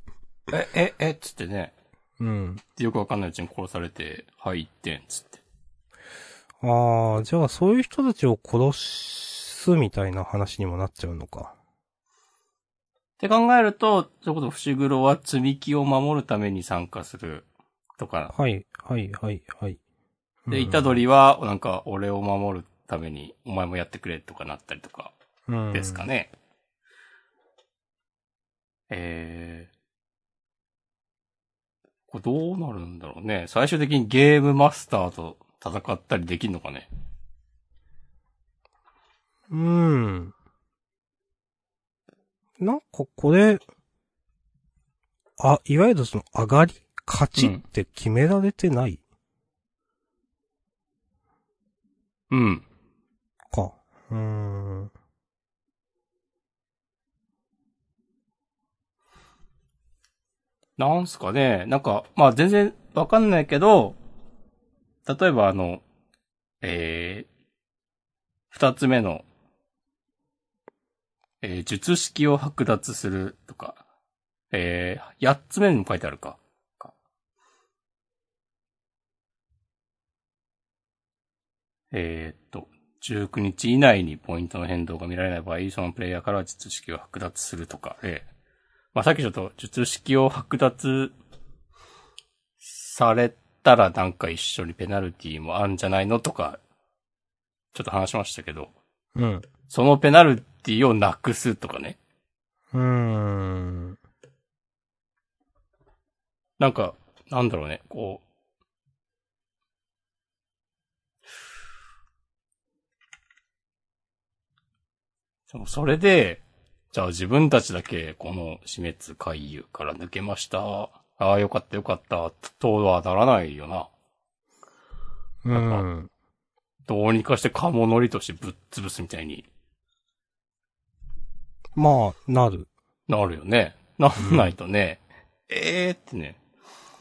A: え、え、え、つってね。
B: うん。
A: よくわかんないうちに殺されて、はい、一点、つって。
B: ああ、じゃあそういう人たちを殺すすみたいな話にもなっちゃうのか。
A: って考えると、それこそ伏黒は積み木を守るために参加するとか、
B: はい、はい、はい、はい。
A: で、虎
B: り
A: 取は、なんか、俺を守るために、お前もやってくれとかなったりとか、ですか
B: ね。
A: ね。えー。これどうなるんだろうね。最終的にゲームマスターと戦ったりできんのかね。
B: うん。なんかこれ、あ、いわゆるその上がり、勝ちって決められてない
A: うん。
B: か。うーん。
A: なんすかね。なんか、まあ全然わかんないけど、例えばあの、えー、二つ目の、えー、術式を剥奪するとか、えー、八つ目にも書いてあるか。かえー、っと、19日以内にポイントの変動が見られない場合、そのプレイヤーからは術式を剥奪するとかで、まあ、さっきちょっと術式を剥奪されたらなんか一緒にペナルティもあるんじゃないのとか、ちょっと話しましたけど、
B: うん。
A: そのペナルティをなくすとかね。
B: うーん。
A: なんか、なんだろうね、こう。でもそれで、じゃあ自分たちだけこの死滅回遊から抜けました。ああ、よかったよかった、とはならないよな。
B: うん。
A: どうにかしてカモノリとしてぶっ潰すみたいに
B: まあ、なる。
A: なるよね。なんないとね。ええーってね。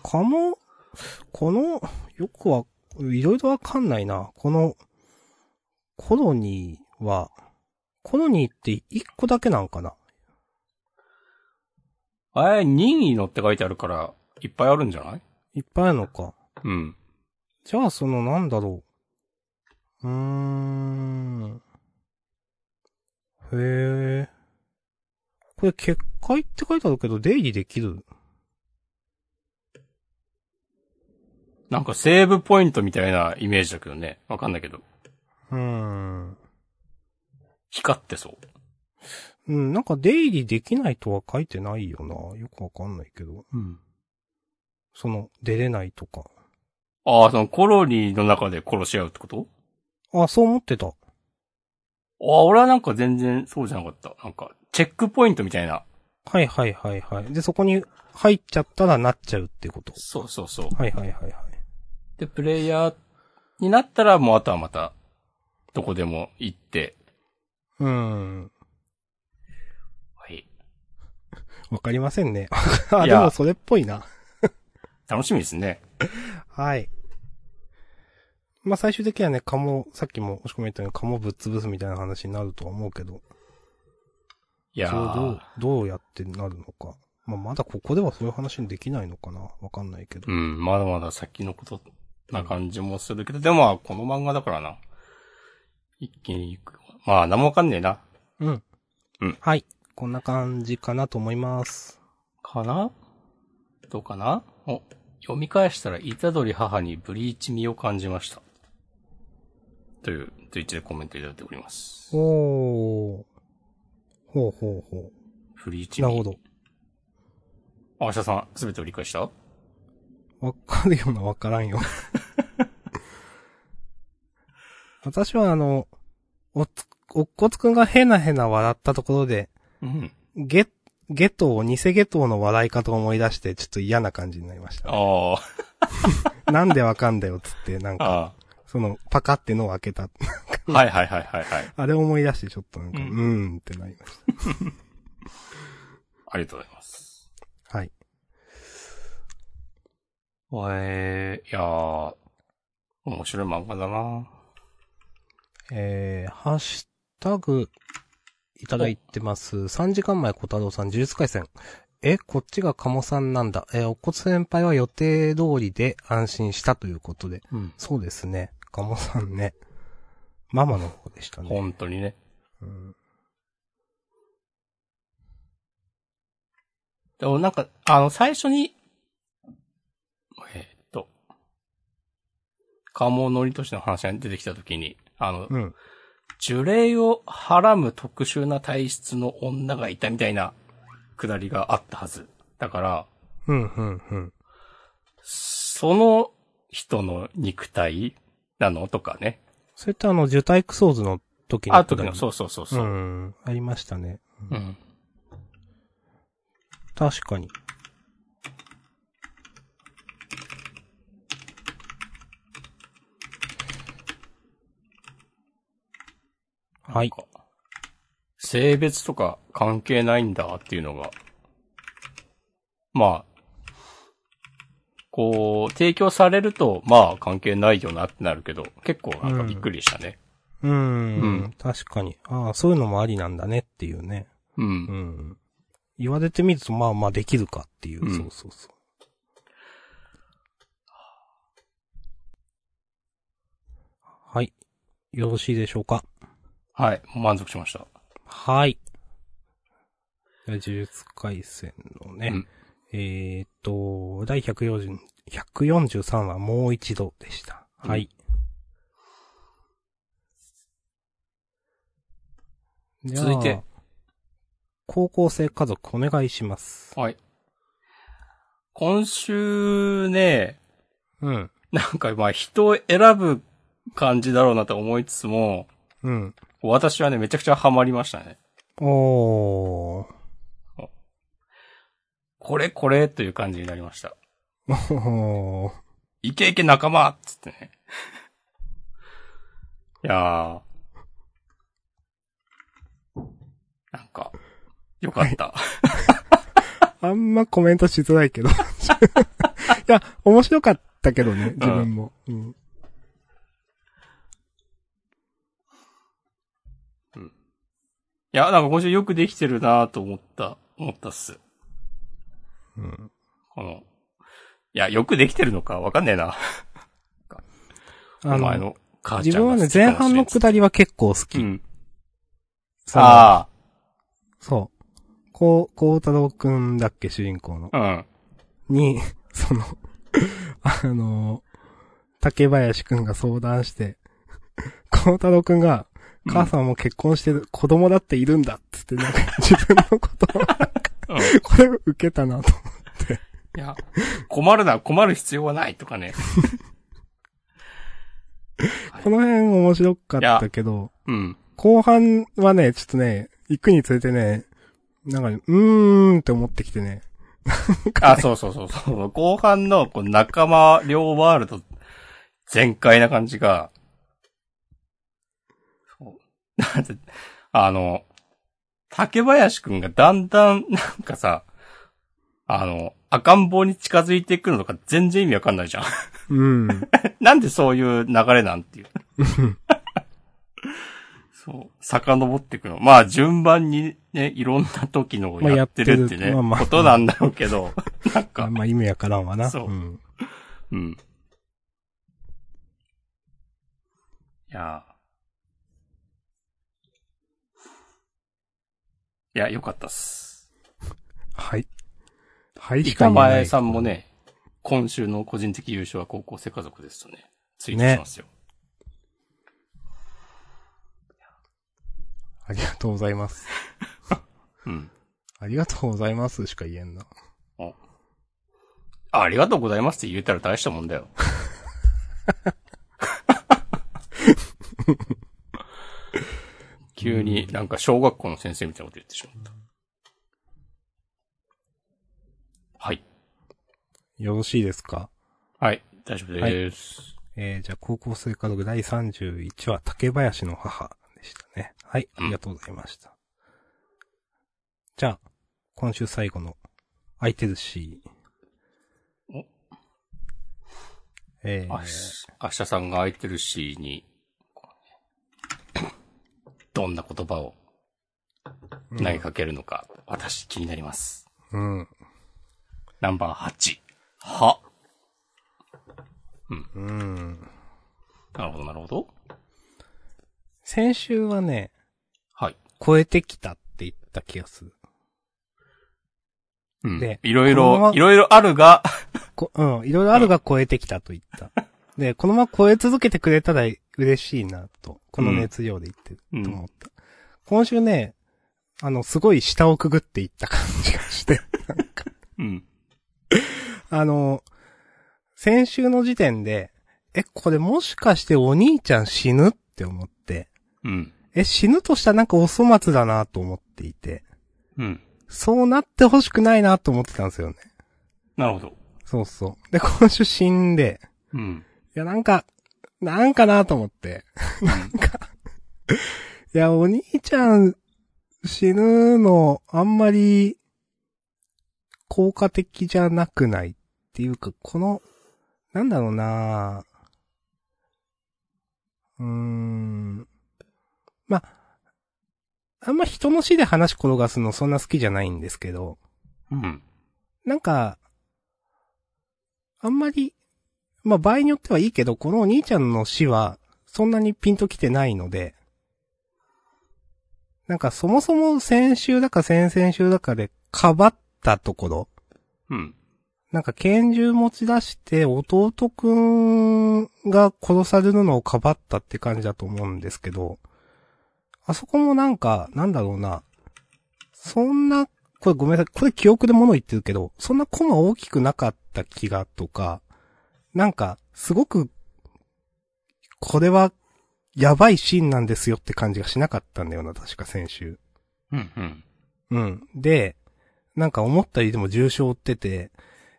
B: かも、この、よくは、いろいろわかんないな。この、コロニーは、コロニーって一個だけなんかな
A: あれ、任意のって書いてあるから、いっぱいあるんじゃない
B: いっぱいあるのか。
A: うん。
B: じゃあ、その、なんだろう。うーん。へえ。これ、結界って書いてあるけど、出入りできる
A: なんかセーブポイントみたいなイメージだけどね。わかんないけど。
B: うーん。
A: 光ってそう。
B: うん、なんか出入りできないとは書いてないよな。よくわかんないけど。
A: うん。
B: その、出れないとか。
A: ああ、そのコロニーの中で殺し合うってこと
B: あ、そう思ってた。
A: ああ、俺はなんか全然そうじゃなかった。なんか、チェックポイントみたいな。
B: はいはいはいはい。で、そこに入っちゃったらなっちゃうってこと。
A: そうそうそう。
B: はいはいはいはい。
A: で、プレイヤーになったら、もうあとはまた、どこでも行って。
B: うーん。
A: はい。
B: わかりませんね。 あ、
A: い
B: で
A: や
B: もそれっぽいな。
A: 楽しみですね。
B: はい。まあ、最終的にはね、カモ、さっきも、押し込み言ったように、カモぶっ潰すみたいな話になるとは思うけど、
A: いや
B: それをど
A: ー
B: う、どうやってなるのか。まあ、まだここではそういう話にできないのかなわかんないけ
A: う
B: ど。
A: ん、まだまだ先のことな感じもするけど、でもまあ、この漫画だからな。一気に行く。まあ、何もわかんねえな。
B: うん。
A: うん
B: はい。こんな感じかなと思います。
A: かなどうかなお、読み返したら、いたどり母にブリーチ味を感じました。という、ツイッチでコメントいただいております。
B: おー。ほうほうほ
A: ブリーチ
B: う。
A: 味。
B: なるほど。
A: あ。明日さん、すべてを理解した
B: わかるようなわからん よ。私はあの、おつ、おっこつくんがへなへな笑ったところで、
A: うん。
B: ゲ、ゲトウ、偽ゲトウの笑い方を思い出して、ちょっと嫌な感じになりました。
A: ああ、
B: なんでわかんだよっつって、なん
A: あ
B: か、その、パカってのを開けた。
A: あ。はいはいはいはいはい。
B: あれを思い出して、ちょっとなんか、う
A: うん
B: ーんってなりまし
A: ありがとうございます。
B: た。はい。
A: えー、いやー、面白い漫画だな
B: えー、ハッシュタグ、いただいてます。3時間前、小太郎さん、呪術回戦。え、こっちが鴨さんなんだ。えー、お骨先輩は予定通りで安心したということで。
A: うん。
B: そうですね。鴨さんね。ママの方でしたね。
A: 本当にね。
B: うん。
A: でもなんか、あの、最初に、えーっと、鴨モノリトシの話が出てきたときに、あの、
B: うん。
A: 呪霊をはらむ特殊な体質の女がいたみたいなくだりがあったはず。だから、
B: うん、うん、うん。
A: その人の肉体なのとかね。
B: それってあの、受胎クソーズの時に。
A: あ、時の、そうそうそう
B: う
A: そう。
B: ん。ありましたね。
A: うん
B: 確かに。はい。
A: なんか。性別とか関係ないんだっていうのが、まあ、こう、提供されると、まあ関係ないよなってなるけど、結構なんかびっくりしたね。
B: う
A: うんん。
B: 確かに。ああ、そういうのもありなんだねっていうね。
A: うん。
B: うん。言われてみると、まあまあできるかっていう。
A: うん
B: そうそうそう。はい。よろしいでしょうか。
A: はい。満足しました。
B: はい。じゃあ呪術回戦のね、
A: うん
B: えーっと、第140 143はもう一度でした。
A: うん
B: はい。じゃあ
A: 続いて。
B: 高校生家族お願いします。
A: はい。今週ね、
B: うん。
A: なんかまあ人を選ぶ感じだろうなと思いつつも、
B: うん。
A: 私はね、めちゃくちゃハマりましたね。
B: おー。
A: これこれという感じになりました。
B: おー
A: いけいけ仲間っつってね。いやー。なんか、よかった。
B: あんまコメントしづらいけど。い や、面白かったけどね、自分も。うん。
A: いや、なんか今週よくできてるなと思った、思ったっす。
B: うん
A: この、いや、よくできてるのかわかんねえな。お前の母ち
B: 自
A: ゃん
B: 分
A: が
B: は
A: 好
B: ね、
A: きかもしれん
B: 前半の
A: つって
B: 下りは結構好き。
A: うん。
B: その
A: あ
B: そう。こう、こう太郎くんだっけ、主人公の。
A: あ、うん。
B: に、 その、あの、竹林くんが相談して、こう太郎くんが、
A: うん
B: 母さんも結婚してる、子供だっているんだっつって、なんか自分のことを、
A: うん。
B: これ受けたなと。
A: いや、困るな、困る必要はないとかね。
B: この辺面白かったけど、
A: うん。
B: 後半はね、ちょっとね、行くにつれてね、なんかね、うーんって思ってきてね。
A: あ、そうそうそうそう。 後半のこう仲間両ワールド全開な感じが、そう。 なんて、あの、竹林くんがだんだんなんかさ、あの、赤ん坊に近づいてくるのとか全然意味わかんないじゃん。
B: うん。
A: なんでそういう流れなんていう。そう。遡っていくの。まあ、順番にね、いろんな時のを
B: まあ
A: やってるって
B: やってる
A: ね、
B: まあまあ
A: ことなんだろうけど、なん
B: まあ
A: か、
B: まあ意味わからんわな。
A: そうんうん。いやーいや、よかったっす。
B: はい。はいしか
A: 板
B: 言えない
A: 前さんも。ね、今週の個人的優勝は高校生家族ですとね、ツイートしますよ。
B: ありがとうございます。
A: うん。
B: ありがとうございますしか言えんな。
A: ありがとうございますって言えたら大したもんだよ。急になんか小学校の先生みたいなこと言ってしまった。はい。
B: よろしいですか
A: はい。大丈夫です。
B: えー、じゃあ高校生家族第31話、竹林の母でしたね。はい、ありがとうございました。じゃあ、今週最後の、相手寿司
A: お。
B: えー
A: あし明日さんが空いてるしに、どんな言葉を投げかけるのか、私気になります。
B: うん。
A: ナンバー8。は。
B: うん。
A: なるほど、なるほど。
B: 先週はね、
A: はい。
B: 超えてきたって言った気がする。
A: うん
B: で
A: いろい
B: このま
A: ろ
B: ま、
A: いろいろあるが、
B: こうん、いろいろあるが超えてきたと言った。で、このまま超え続けてくれたら嬉しいなと、この熱量で言ってる
A: うん
B: と思った。今週ね、あの、すごい下をくぐっていった感じが して、
A: うん。
B: あの、先週の時点で、え、これもしかしてお兄ちゃん死ぬって思って、
A: うん。
B: え、死ぬとしたらなんかお粗末だなと思っていて、
A: うん。
B: そうなってほしくないなと思ってたんですよね。
A: なるほど。
B: そうそう。で、今週死んで、
A: うん。
B: いや、なんか、なんかなと思って。なんか、いや、お兄ちゃん死ぬの、あんまり、効果的じゃなくないっていうか、この、なんだろうなうーん。まあ、あんま人の死で話転がすのそんな好きじゃないんですけど、
A: うん。
B: なんか、あんまり、まあ場合によってはいいけど、このお兄ちゃんの死は、そんなにピンときてないので、なんかそもそも先週だか先々週だかで、かばったところ、
A: うん。
B: なんか拳銃持ち出して、弟くんが殺されるのをかばったって感じだと思うんですけど、あそこもなんか、なんだろうな、そんな、これごめんなさい、これ記憶で物言ってるけど、そんなコマ大きくなかった気がとか、なんか、すごく、これは、やばいシーンなんですよって感じがしなかったんだよな、確か先週。
A: うん。うん。
B: うん。で、なんか思ったよりでも重傷負ってて、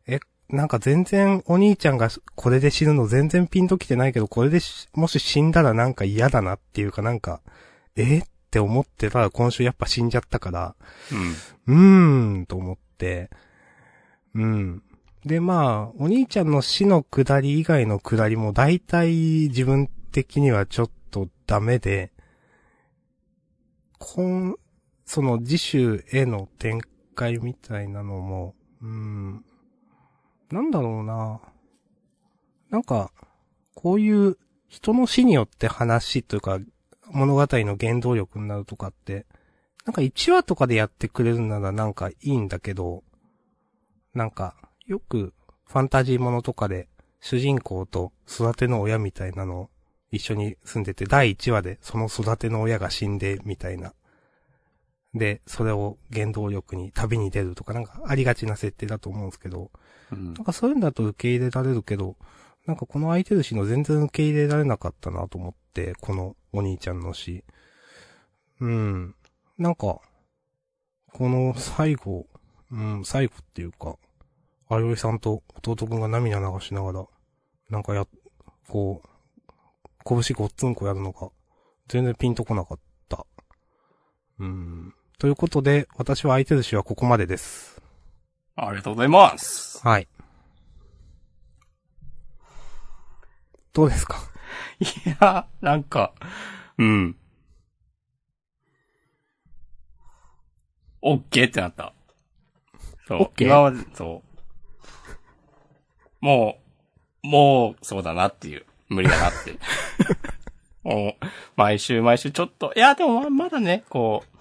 B: え、なんか全然お兄ちゃんがこれで死ぬの全然ピンときてないけど、これでしもし死んだらなんか嫌だなっていうかなんか、えって思ってたら今週やっぱ死んじゃったから、
A: うん。
B: うーん、と思って、うん。で、まあ、お兄ちゃんの死の下り以外の下りも大体自分的にはちょっとダメで、こん、その次週への展開みたいなのも、うん、なんだろうな。なんか、こういう人の死によって話というか、物語の原動力になるとかって、なんか1話とかでやってくれるならなんかいいんだけど、なんか、よくファンタジーものとかで、主人公と育ての親みたいなのを一緒に住んでて、第1話でその育ての親が死んで、みたいな。で、それを原動力に旅に出るとか、なんかありがちな設定だと思うんですけど、
A: うん
B: なんかそういうんだと受け入れられるけど、なんかこの相手の死の全然受け入れられなかったなと思って、このお兄ちゃんの死。うん。なんか、この最後、うん、最後っていうか、あよいさんと弟くんが涙流しながら、なんかや、こう、拳ごっつんこやるのが、全然ピンとこなかった。うん。ということで、私は相手寿司はここまでです。
A: ありがとうございます。
B: はい。どうですか
A: いや、なんか、うん。オッケーってなった。そう。
B: オッケー
A: 今まで、そう。もう、もう、そうだなっていう。無理だな って。もう、毎週毎週ちょっと、いや、でもままだね、こう、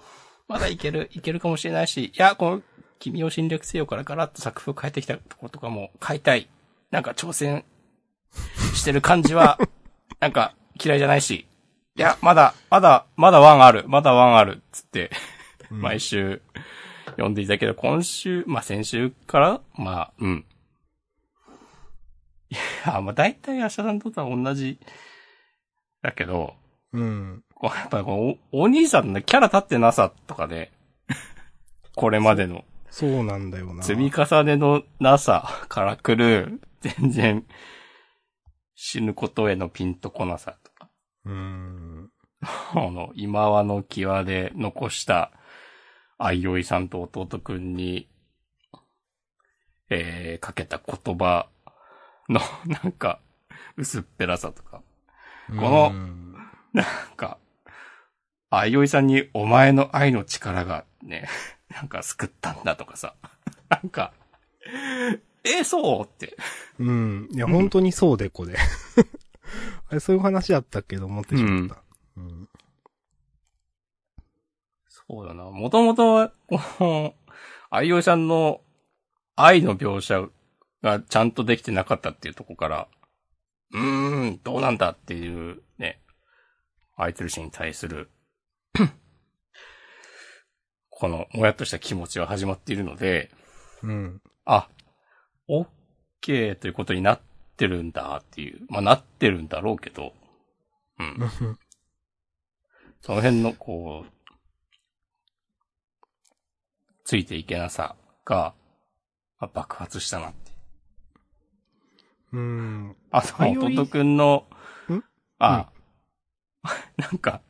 A: まだいける、いけるかもしれないし、いや、この、君を侵略せよからガラッと作風変えてきたとことかも変えたい。なんか挑戦してる感じは、なんか嫌いじゃないし、いや、まだ、まだ、まだワンある、まだワンある、つって、毎週読んでいたけど、今週、まあ先週から、まあ、うん。いや、まあ大体明日さんとは同じ、だけど、
B: うん。
A: こうやっぱこうおお兄さんのキャラ立ってなさとか ね、これまでの。
B: そうなんだよな。
A: 積み重ねのなさから来る、全然、死ぬことへのピンとこなさとか、
B: うん。
A: あの、今はの際で残した、あいおいさんと弟くんに、えー、かけた言葉の、 なんか、薄っぺらさとか、
B: こ
A: のなんか、あいおいさんにお前の愛の力がね、 なんか救ったんだとかさ、 なんか、え、そうって。
B: うん。いや、本当にそうで、これ。 あれ、そういう話だったけど、思ってしまった。うん。
A: そうだな。もともと、この、 愛用ちゃんの愛の描写がちゃんとできてなかったっていうとこから、うーん、どうなんだっていうね、愛する氏に対する、 この、もやっとした気持ちは始まっているので、
B: うん。
A: あ、OK ということになってるんだっていう。まあ、なってるんだろうけど、うん。その辺の、こう、ついていけなさが、まあ爆発したなって。
B: うん。
A: あと、
B: あよい
A: 弟くんの
B: ん、
A: あ、 なんか、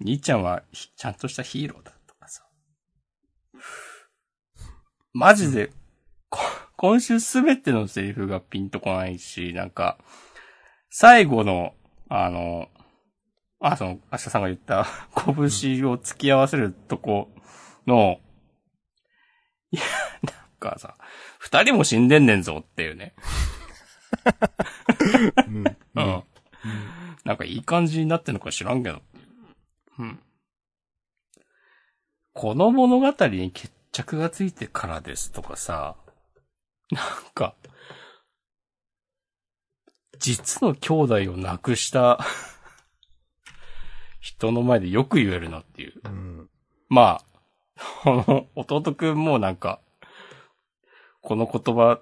A: 兄ちゃんはひ、ちゃんとしたヒーローだとかさ。マジで、こ今週すべてのセリフがピンとこないし、なんか、最後の、あの、あ、その、明日さんが言った、 拳を突き合わせるとこの、いや、なんかさ、二人も死んでんねんぞっていうね。
B: うん。
A: うん。なんかいい感じになってんのか知らんけど。うん。この物語に決着がついてからですとかさ、なんか、実の兄弟を亡くした 人の前でよく言えるなっていう。
B: うん。
A: まあ、 この、弟くんもなんか、この言葉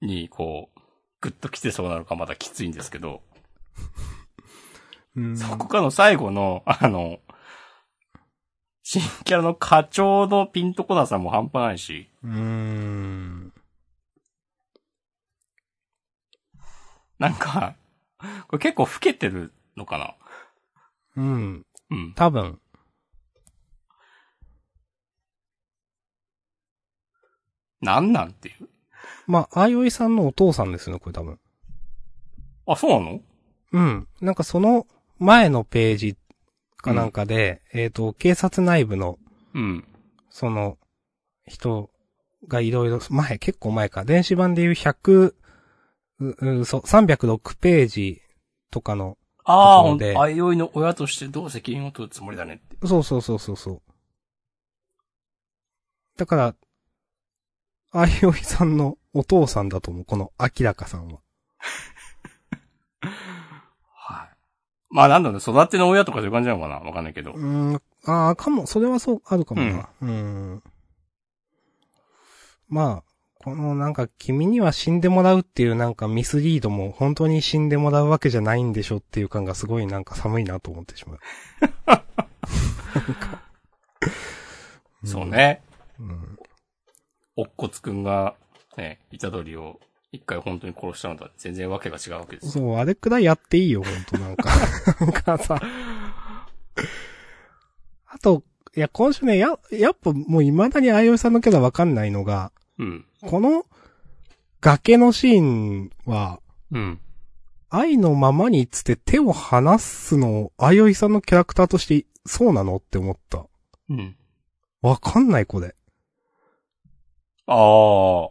A: に、こう、グッと来てそうなのかまだきついんですけど、
B: うん。
A: そこかの最後の、あの、新キャラの課長のピンとこなさも半端ないし、
B: うん。
A: なんか、これ結構老けてるのかな
B: うん。
A: うん。
B: 多分。
A: なんなんっていう。
B: まあ、あいおいさんのお父さんですよね、これ多分。
A: あ、そうなの
B: うん。なんかその前のページかなんかで、えっ、と、警察内部の、
A: うん。
B: その、人がいろいろ、前、結構前か、電子版でいう100、う、う、そう、306ページとかの、
A: ああ、
B: とこ
A: ほ
B: ろ
A: ん
B: で
A: と、あいおいの親としてどう責任を取るつもりだねって。
B: そうそうそうそうそう。だから、あいおいさんのお父さんだと思う、この明らかさんは。
A: はい。まあなんだろう、育ての親とかそういう感じなのかなわかんないけど
B: う。ーん、ああ、かも、それはそう、あるかもな。うーん。まあ、このなんか、君には死んでもらうっていうなんかミスリードも、本当に死んでもらうわけじゃないんでしょっていう感がすごいなんか寒いなと思ってしまう。うん
A: そうね。
B: うん。
A: おっこつくんが、ね、いたどりを一回本当に殺したのとは全然わけが違うわけですよ。
B: そう、あれくらいやっていいよ、本当なん か。なんかさ。あと、いや、今週ね、や、やっぱもう未だにあいおいさんのキャラわかんないのが、
A: うん。
B: この崖のシーンは、
A: うん。
B: 愛のままにつって手を離すの、あよいさんのキャラクターとしてそうなのって思った。
A: うん。
B: わかんないこれ。
A: ああ。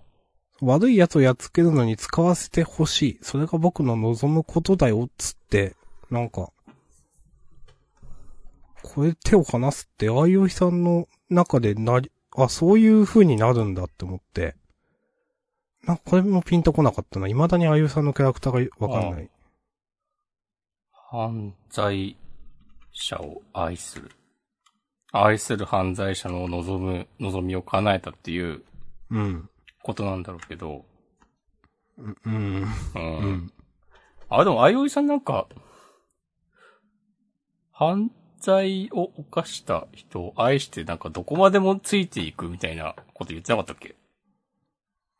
B: 悪い奴をやっつけるのに使わせてほしい。それが僕の望むことだよ、つって。なんか、これ手を離すって、あいおいさんの中でなり、あ、そういう風になるんだって思って。なんかこれもピンとこなかったな。未だにあいおいさんのキャラクターがわかんない。
A: 犯罪者を愛する。愛する犯罪者の望む、望みを叶えたっていう
B: うん。
A: ことなんだろうけど。
B: うん。うん。
A: うん。
B: うん。
A: あ、でも、あいおいさんなんか、犯罪を犯した人を愛して、なんかどこまでもついていくみたいなこと言ってなかったっけ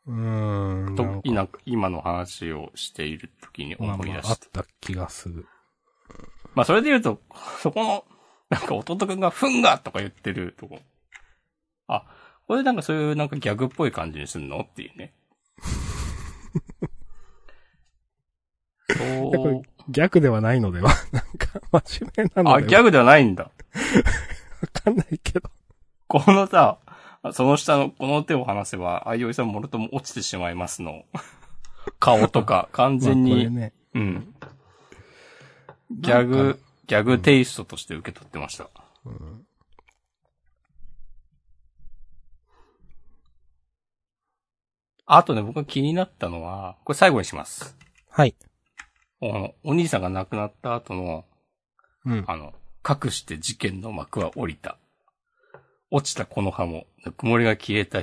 B: うん。
A: と
B: なんか
A: 今今の話をしている時に
B: まあ
A: 思い
B: ま
A: 出
B: あ、
A: し。
B: あったた気がする。
A: まあ、それで言うと、そこの、なんか弟くんが、ふんがとか言ってるとこ。あ、これなんかそういうなんかギャグっぽい感じにすんのっていう ね。
B: いやこ
A: そ
B: れ
A: う。
B: ギャグではないのでは なんか、真面目な
A: あ、
B: の
A: ギ
B: では
A: ャグではないんだ。
B: わかんないけど。
A: このさ、その下のこの手を離せば、あいおいさんもろとも落ちてしまいます の。顔とか、完全
B: まあ
A: に、
B: これね。
A: うん。ギャ
B: なん
A: グ、ギャグテイストとして受け取ってました。あとね、僕が気になったのは、これ最後にします。
B: はい。
A: あの、お兄さんが亡くなった後の、
B: うん。
A: あの、隠して事件の幕は降りた。落ちたこの葉も、ぬくもりが消えた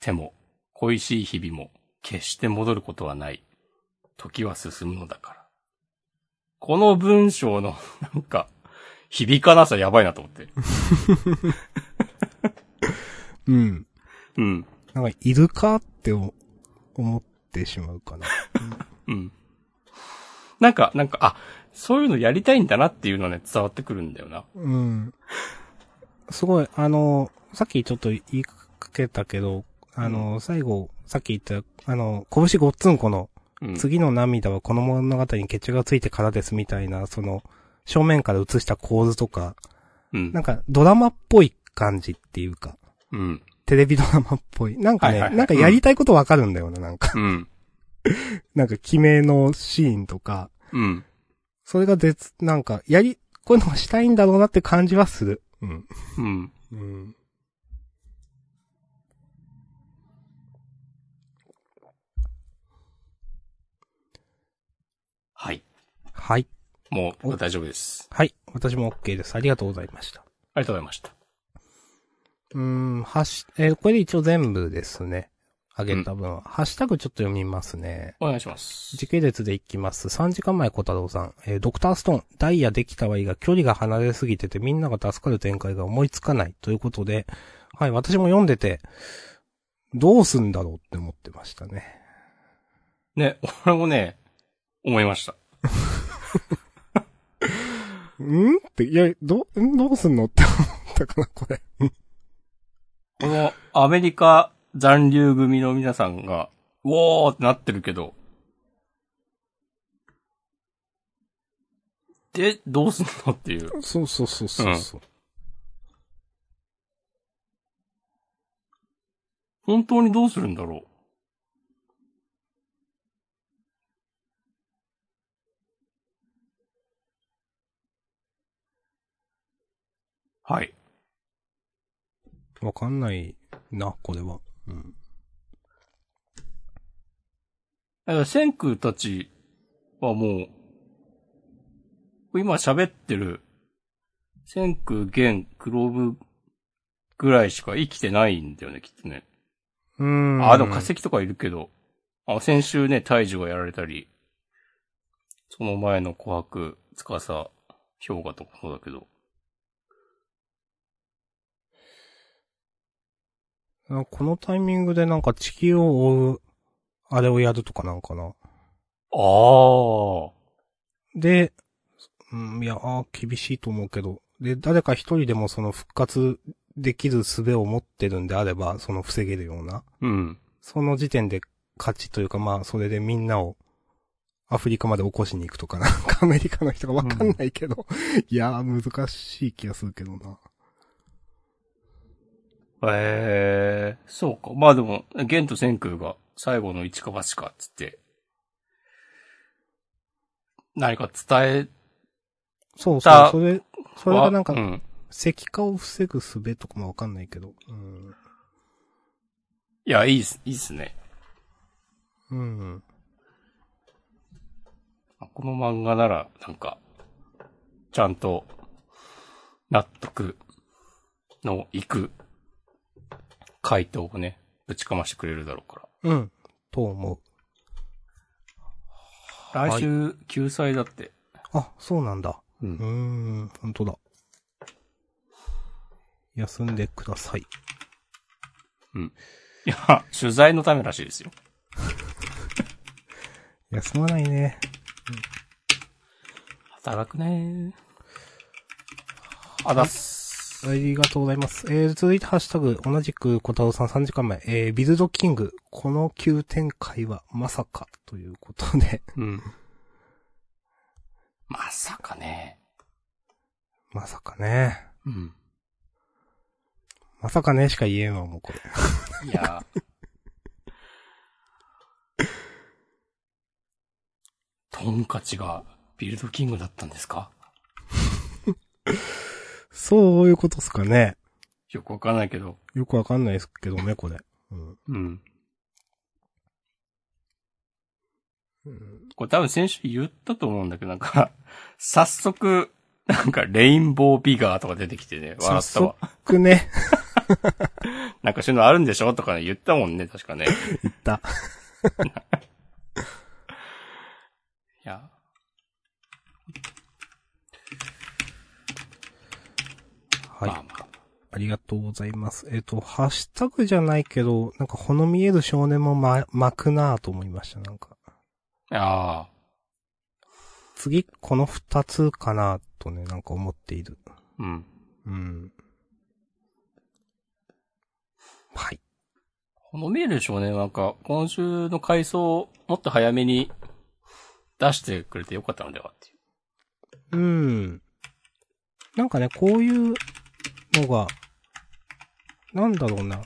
A: 手も、恋しい日々も、決して戻ることはない。時は進むのだから。この文章の、 なんか、響かなさやばいなと思って。
B: うん。
A: うん。
B: なんか、いるかって思思ってしまう かな。
A: うん。なんか、なんか、あ、そういうのやりたいんだなっていうのはね、伝わってくるんだよな。
B: うん。すごい、あの、さっきちょっと言いかけたけど、あの、最後、さっき言った、あの、拳ごっつんこの、
A: うん。
B: 次の涙はこの物語に決着がついてからですみたいな、その、正面から映した構図とか、
A: うん
B: なん。かドラマっぽい感じっていうか、
A: うん。
B: テレビドラマっぽい。なんかね、
A: はいはいはい
B: なんかやりたいことわかるんだよな、なんか。
A: うん。
B: なんか、決めのシーンとか、
A: うん。
B: それが絶、なんか、やり、こういうのがしたいんだろうなって感じはする。うん。
A: うん。
B: うん。
A: はい。
B: はい。
A: もう、大丈夫です。
B: はい。私も OK です。ありがとうございました。
A: ありがとうございました。
B: うーん、はし、えーこれで一応全部ですね。あげた分は。ハッシュタグちょっと読みますね。
A: お願いします。
B: 時系列でいきます。3時間前小太郎さん。えードクターストーン、ダイヤできたはいいが距離が離れすぎててみんなが助かる展開が思いつかないということで、はい、私も読んでて、どうすんだろうって思ってましたね。
A: ね、俺もね、思いました。
B: んって、いや、ど、んどうすんのって思ったかな、これ。
A: このアメリカ残留組の皆さんが、うおーってなってるけど、で、どうすんのっていう。
B: そうそうそうそうそう。
A: 本当にどうするんだろう。はい。
B: わかんないな、これは。うん。
A: だから、千空たちはもう、今喋ってる、千空、玄、クローブぐらいしか生きてないんだよね、きっとね。
B: うーん。
A: あ、でも化石とかいるけど、あ、先週ね、大樹がやられたり、その前の琥珀、司、氷河とかそうだけど。
B: あこのタイミングでなんか地球を追う、あれをやるとかなんかな。
A: あ
B: で、うん、いや、あー厳しいと思うけど。で、誰か一人でもその復活できる術を持ってるんであれば、その防げるような。
A: あ。うん。
B: その時点で勝ちというか、まあ、それでみんなを、アフリカまで起こしに行くとか、なんかアメリカの人がわかんないけど、いやー、難しい気がするけどな。
A: ええそうか。まあでも、玄と千空が最後の一か八かっつって、何か伝え
B: そうそ
A: た
B: う、それ、そ
A: は、
B: れがなんか
A: う、ん。
B: 石化を防ぐ術とかもわかんないけど。うん。
A: いや、いいっす、いいっすね。
B: うん。
A: この漫画なら、なんか、ちゃんと、納得のいく回答をね、ぶちかましてくれるだろうか
B: うん。と思
A: ら。
B: い
A: 来週、救済だって。
B: う。あ、そうなんだ。
A: う
B: うー
A: ん。
B: ん、本当だ。休んでください。
A: いや、取材のためらしいですよ。
B: 休まないね。
A: 働くねあだっす。
B: ありがとうございます。えー、続いてハッシュタグ、同じく小太郎さん3時間前、えー、ビルドキング、この急展開はまさか、ということで、
A: うん。まさかね。
B: まさかね。
A: うん。
B: まさかねしか言えんわ、もうこれ。
A: い や。トンカチがビルドキングだったんですか
B: そういうことっすかね。
A: よくわかんないけど。
B: よくわかんないですけどね、これ。うん。
A: うん。
B: うん。
A: これ多分先週言ったと思うんだけど、なんか、早速、なんかレインボービガーとか出てきてね、笑ったわ。
B: 早 速ね、
A: なんかそういうのあるんでしょとかね、言ったもんね、確かね。
B: 言った。
A: いや。
B: はい。
A: まあまあ。
B: ありがとうございます。えっ、と、ハッシュタグじゃないけど、なんか、ほの見える少年もま、巻くなぁと思いました、なんか。
A: ああ。
B: 次、この二つかなぁとね、なんか思っている。
A: うん。
B: うん。はい。
A: このメール少年はなんか、今週の回想をもっと早めに出してくれてよかったのではっていう。
B: うん。なんかね、こういうのが、なんだろうな。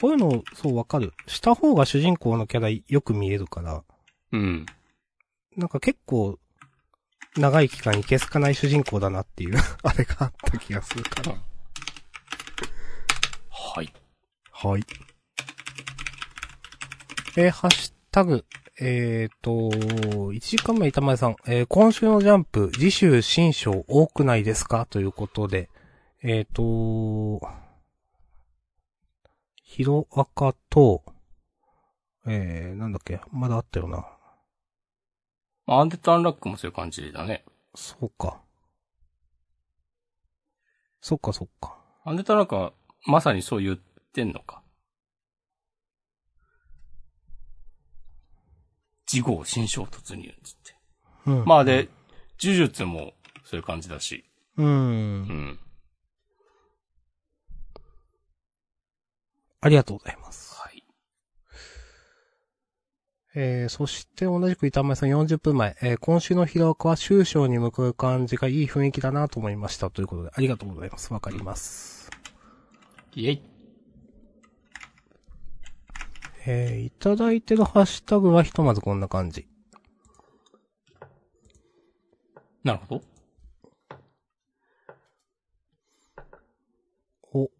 B: こういうの、そうわかる。した方が主人公のキャラよく見えるから。
A: うん。
B: なんか結構、長い期間いけすかない主人公だなっていう、 あれがあった気がするから。
A: はい。
B: はい。えーハッシュタグ、えーと、1時間前板前さん、えー今週のジャンプ、次週新章多くないですかということで、えーと、ヒロアカと、えー、なんだっけ、まだあったよな。
A: まあアンデッドアンラックもそういう感じだね。
B: そうか。そっかそっか。
A: アンデッドアンラックはまさにそう言ってんのか。次号新章突入っつって。
B: う ん。
A: まあで、呪術もそういう感じだし。
B: う。
A: うんん。
B: ありがとうございます。
A: はい。
B: えー、そして同じく板前さん40分前、えー、今週の広岡は終章に向かう感じがいい雰囲気だなと思いました。ということで、ありがとうございます。わかります。
A: イェイ。
B: えー、いただいてるハッシュタグはひとまずこんな感じ。
A: なるほど。
B: お、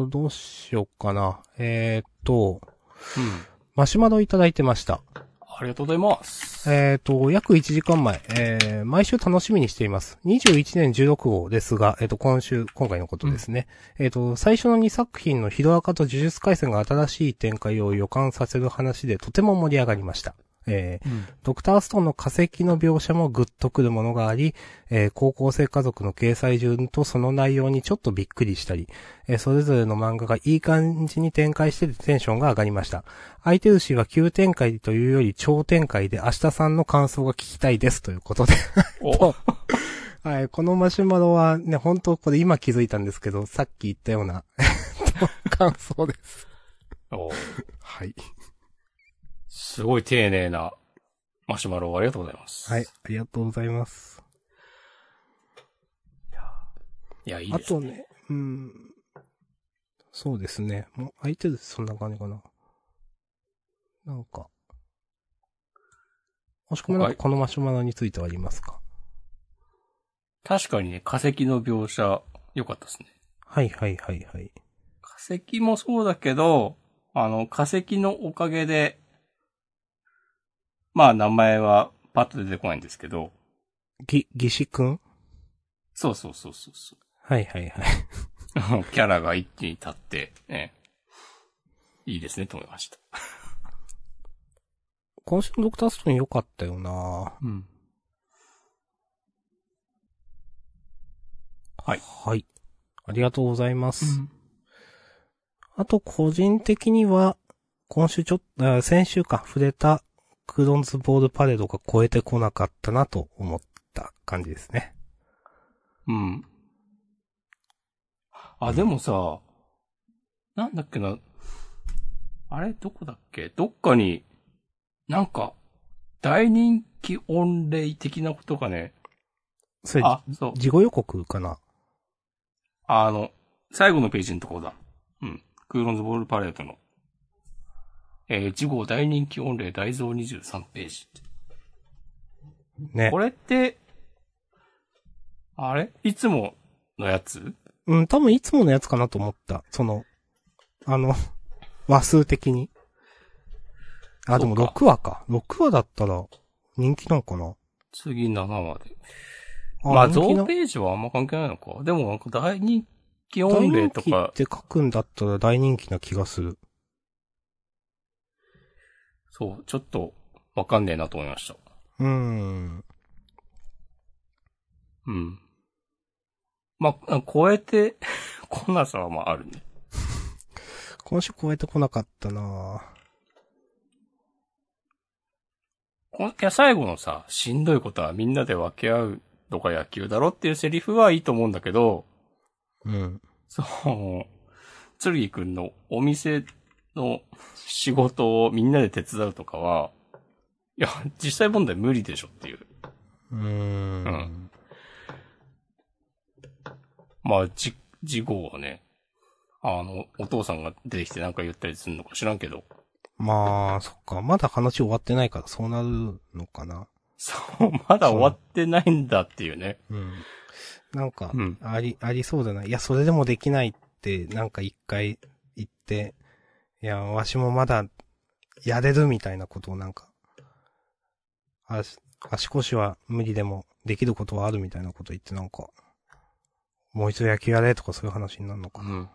B: おー、どうしようかな。えーっと、
A: うん。
B: マシュマロいただいてました。
A: ありがとうございます。
B: えっ、と、約1時間前、えー毎週楽しみにしています。21年16号ですが、えっ、と、今週、今回のことですね。えっ、と、最初の2作品のヒロアカと呪術回戦が新しい展開を予感させる話でとても盛り上がりました。え
A: う
B: ー
A: ん。
B: ドクターストーンの化石の描写もグッとくるものがあり、えー高校生家族の掲載順とその内容にちょっとびっくりしたり、えーそれぞれの漫画がいい感じに展開しててテンションが上がりました。相手牛は急展開というより超展開で明日さんの感想が聞きたいですということで。
A: お、
B: はい、このマシュマロはね、本当これ今気づいたんですけど、さっき言ったような、 えーっと感想です。
A: お
B: はい。
A: すごい丁寧なマシュマロをありがとうございます。
B: はい。、ありがとうございます。
A: いや、いい
B: あ
A: です。
B: とね、うん。そうですね。もう相手です、そんな感じかな。なんか。もしくもなん
A: は
B: か
A: い
B: このマシュマロについてはありますか
A: 確かにね、化石の描写、良かったですね。
B: はいはいはいはい。
A: 化石もそうだけど、あの、化石のおかげで、まあ、名前はパッと出てこないんですけど、
B: ぎ、ぎしくん
A: そうそうそうそうそう。
B: はいはいはい。
A: あの キャラが一気に立って、ね、いいですね、と思いました。
B: 今週のドクターストーン良かったよな
A: うん。はい。
B: はい。ありがとうございます。あと個人的には、今週ちょっと、あ先週か触れたクロンズボールパレードが超えてこなかったなと思った感じですね。
A: うん。あ、でもさ、なんだっけな、あれ、どこだっけどっかに、なんか、大人気御礼的なことがね、
B: それ、
A: あ、そう、
B: 事後予告かな
A: あの、最後のページのところだ。うん。クーロンズボールパレードの。えー、次号大人気御礼大蔵23ページ。
B: ね
A: こ。れって、あれいつものやつ
B: うん、多分いつものやつかな と思った。その、あの、和数的に。あ、でも
A: そうか
B: 6話か。6話だったら、人気なんかな。
A: 次7話で。まあ、
B: 人気
A: 増
B: な
A: ページはあんま関係ないのか。でもなんか大人気音霊と
B: 大人
A: か、
B: 気って書くんだったら大人気な気がする。
A: そう、ちょっとわかんねえなと思いました。
B: うーん。
A: うん。まあ、あ超えて、 こんなさはまああるね。
B: 今週超えてこなかったな
A: こんいや、最後のさ、しんどいことはみんなで分け合うとか野球だろっていうセリフはいいと思うんだけど、
B: うん。
A: その、つるぎくんのお店の仕事をみんなで手伝うとかは、いや、実際問題無理でしょっていう。
B: うーん。
A: うんまあ、じ、事後はね、あの、お父さんが出てきてなんか言ったりするのか知らんけど、
B: まあ、そっか。まだ話終わってないからそうなるのかな。
A: そう、まだ終わってないんだっていうね。
B: うん。なんか
A: うん、
B: あり、ありそうだな。いや、それでもできないって、なんか一回言って、いや、わしもまだ、やれるみたいなことをなんか、あし足腰は無理でも、できることはあるみたいなこと言ってなんか、もう一度野球やれとかそういう話になるのかな。
A: ん。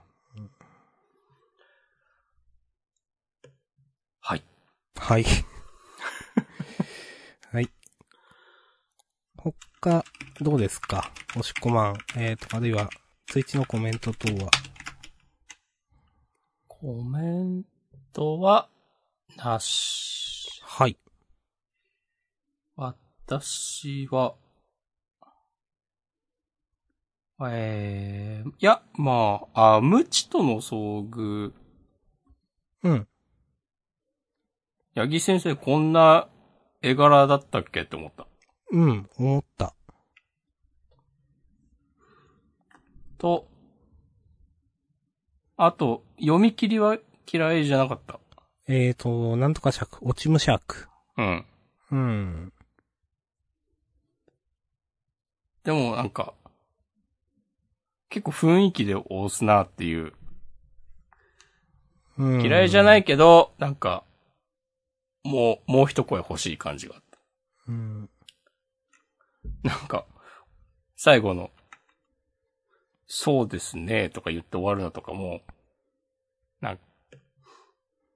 A: はい。
B: はい。 はい。他、どうですかおしっこマン、えーと、あるいは、ツイッチのコメント等は。
A: コメントは、なし。
B: はい。
A: 私は、えー、いや、まあ、あ、無知との遭遇。
B: うん。
A: 八木先生こんな絵柄だったっけって思った。
B: うん、思った。
A: と、あと、読み切りは嫌いじゃなかった。
B: えーと、なんとか尺、落ちむ尺。
A: うん。
B: うん。
A: でもなんか、結構雰囲気で押すなっていう。
B: うん
A: 嫌いじゃない。けど、なんか、もう、もう一声欲しい感じがあっ
B: うん。
A: た。 なんか、最後の、そうですね、とか言って終わるのとかも、なんか、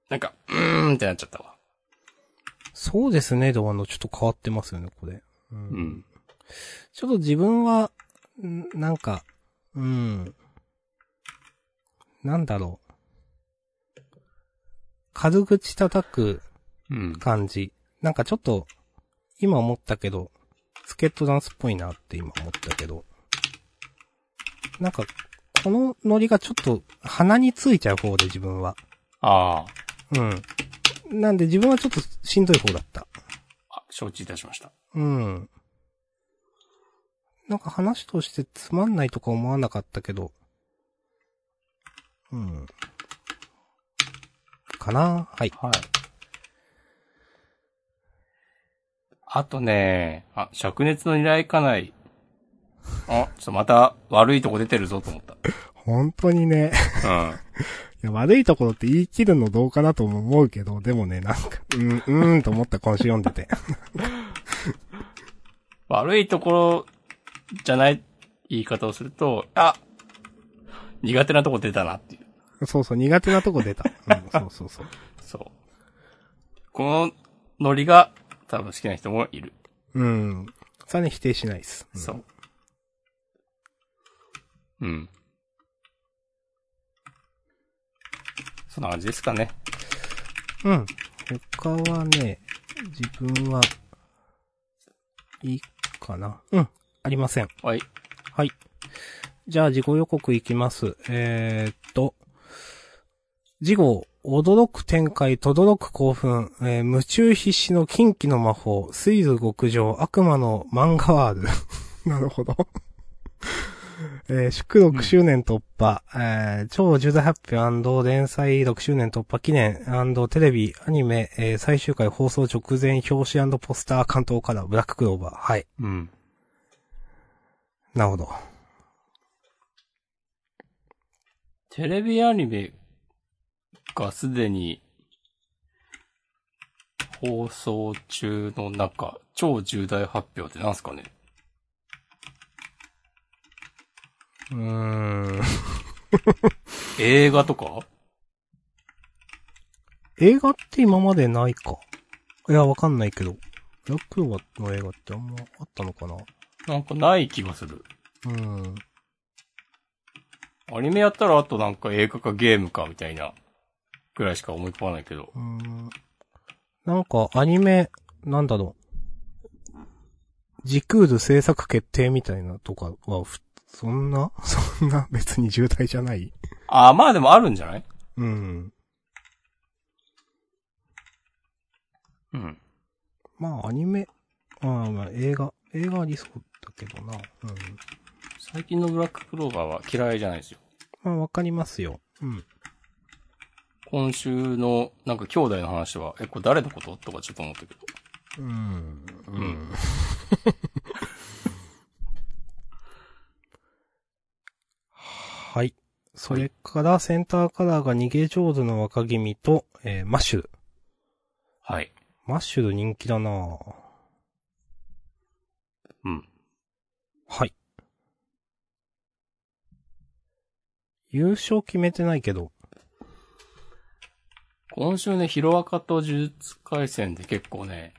A: なんか、うーんってなっちゃったわ。
B: そうですね、ドアの、ちょっと変わってますよね、これ。う
A: う。ん。
B: ちょっと自分は、んなんか、うん。なんだろう。軽口叩く
A: うん。
B: 感じ。なんかちょっと、今思ったけど、スケットダンスっぽいなって今思ったけど。なんか、このノリがちょっと鼻についちゃう方で自分は。
A: あー
B: うん。なんで自分はちょっとしんどい方だった。
A: あ、承知いたしました。
B: うん。なんか話としてつまんないとか思わなかったけど。うん。かなはい。
A: はい。あとね、あ、灼熱の依頼かない。あ、ちょっとまた悪いとこ出てるぞと思った。
B: 本当にね、
A: うん。
B: いや悪いところって言い切るのどうかなとも思うけど、でもね、なんか、うん、うーんと思った今週読んでて。
A: 悪いところじゃない言い方をすると、あ、苦手なとこ出たなっていう。
B: そうそう、苦手なとこ出た。うん、そうそうそう。
A: そう。このノリが多分好きな人もいる。
B: うん。それはね、否定しないです。うん
A: そう。うん。そんな感じですかね。
B: うん。他はね、自分は、いいかな。うん。ありません。
A: はい。
B: はい。じゃあ、事後予告いきます。えー、っと、事後、驚く展開、轟く興奮、えー夢中必至の近畿の魔法、水図極上、悪魔の漫画ワール。 なるほど。えー祝6周年突破、えー超重大発表連載6周年突破記念テレビ、アニメ、えー最終回放送直前表紙ポスター関東からブラッククローバー。はい。
A: うん。
B: なるほど。
A: テレビアニメがすでに、放送中の中、超重大発表ってなんすかね
B: うーん。
A: 映画とか
B: 映画って今までないか。いや、わかんないけど。ブラックローバーの映画ってあんまあったのかな
A: なんかない気がする。
B: うん。
A: アニメやったらあとなんか映画かゲームかみたいな、ぐらいしか思い浮かばないけど。
B: うん。なんか、アニメ、なんだろう。時空図制作決定みたいなとかは、ふそんな、 そんな別に重大じゃない
A: あー、まあでもあるんじゃない
B: うん。
A: うん。
B: まあ、アニメ、あーまあ、映画、映画ありそうだけどな。うん。
A: 最近のブラッククローバーは嫌いじゃないですよ。
B: まあ、わかりますよ。うん。
A: 今週のなんか兄弟の話は、え、これ誰のこととかちょっと思ったけど。
B: うん。
A: ん
B: はい。それから、センターカラーが逃げ上手の若君と、えーマッシュル。
A: はい。
B: マッシュル人気だなぁ
A: うん。
B: はい。優勝決めてないけど、
A: 今週ね、ヒロアカと呪術回戦で結構ね、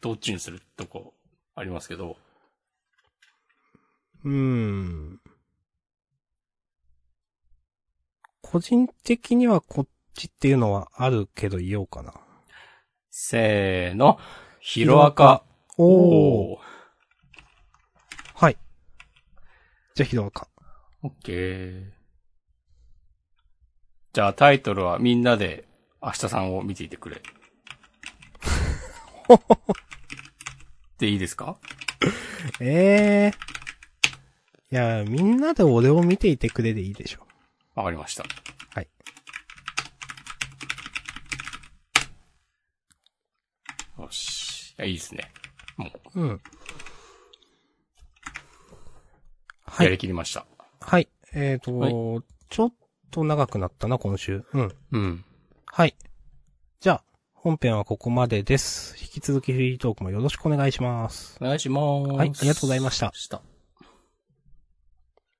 A: どっちにするとこありますけど、
B: うーん。個人的にはこっちっていうのはあるけど言おうかな。
A: せーの、ヒロアカ。
B: おー。
A: ー。
B: はい。じゃあ、ひどか。
A: オッケー。じゃあタイトルはみんなで明日さんを見ていてくれ。でいいですか
B: ええいや、みんなで俺を見ていてくれでいいでしょ。
A: わかりました。
B: はい。
A: よし。いや、いいですね。もう、
B: うん。は
A: やり
B: い。
A: きりました。
B: はい。えっ、と、
A: はい
B: ちょっと長くなったな、今週。うん。
A: うん。
B: はい。じゃあ、本編はここまでです。引き続きフリートークもよろしくお願いします。
A: お願いします。
B: はいありがとうございました
A: した。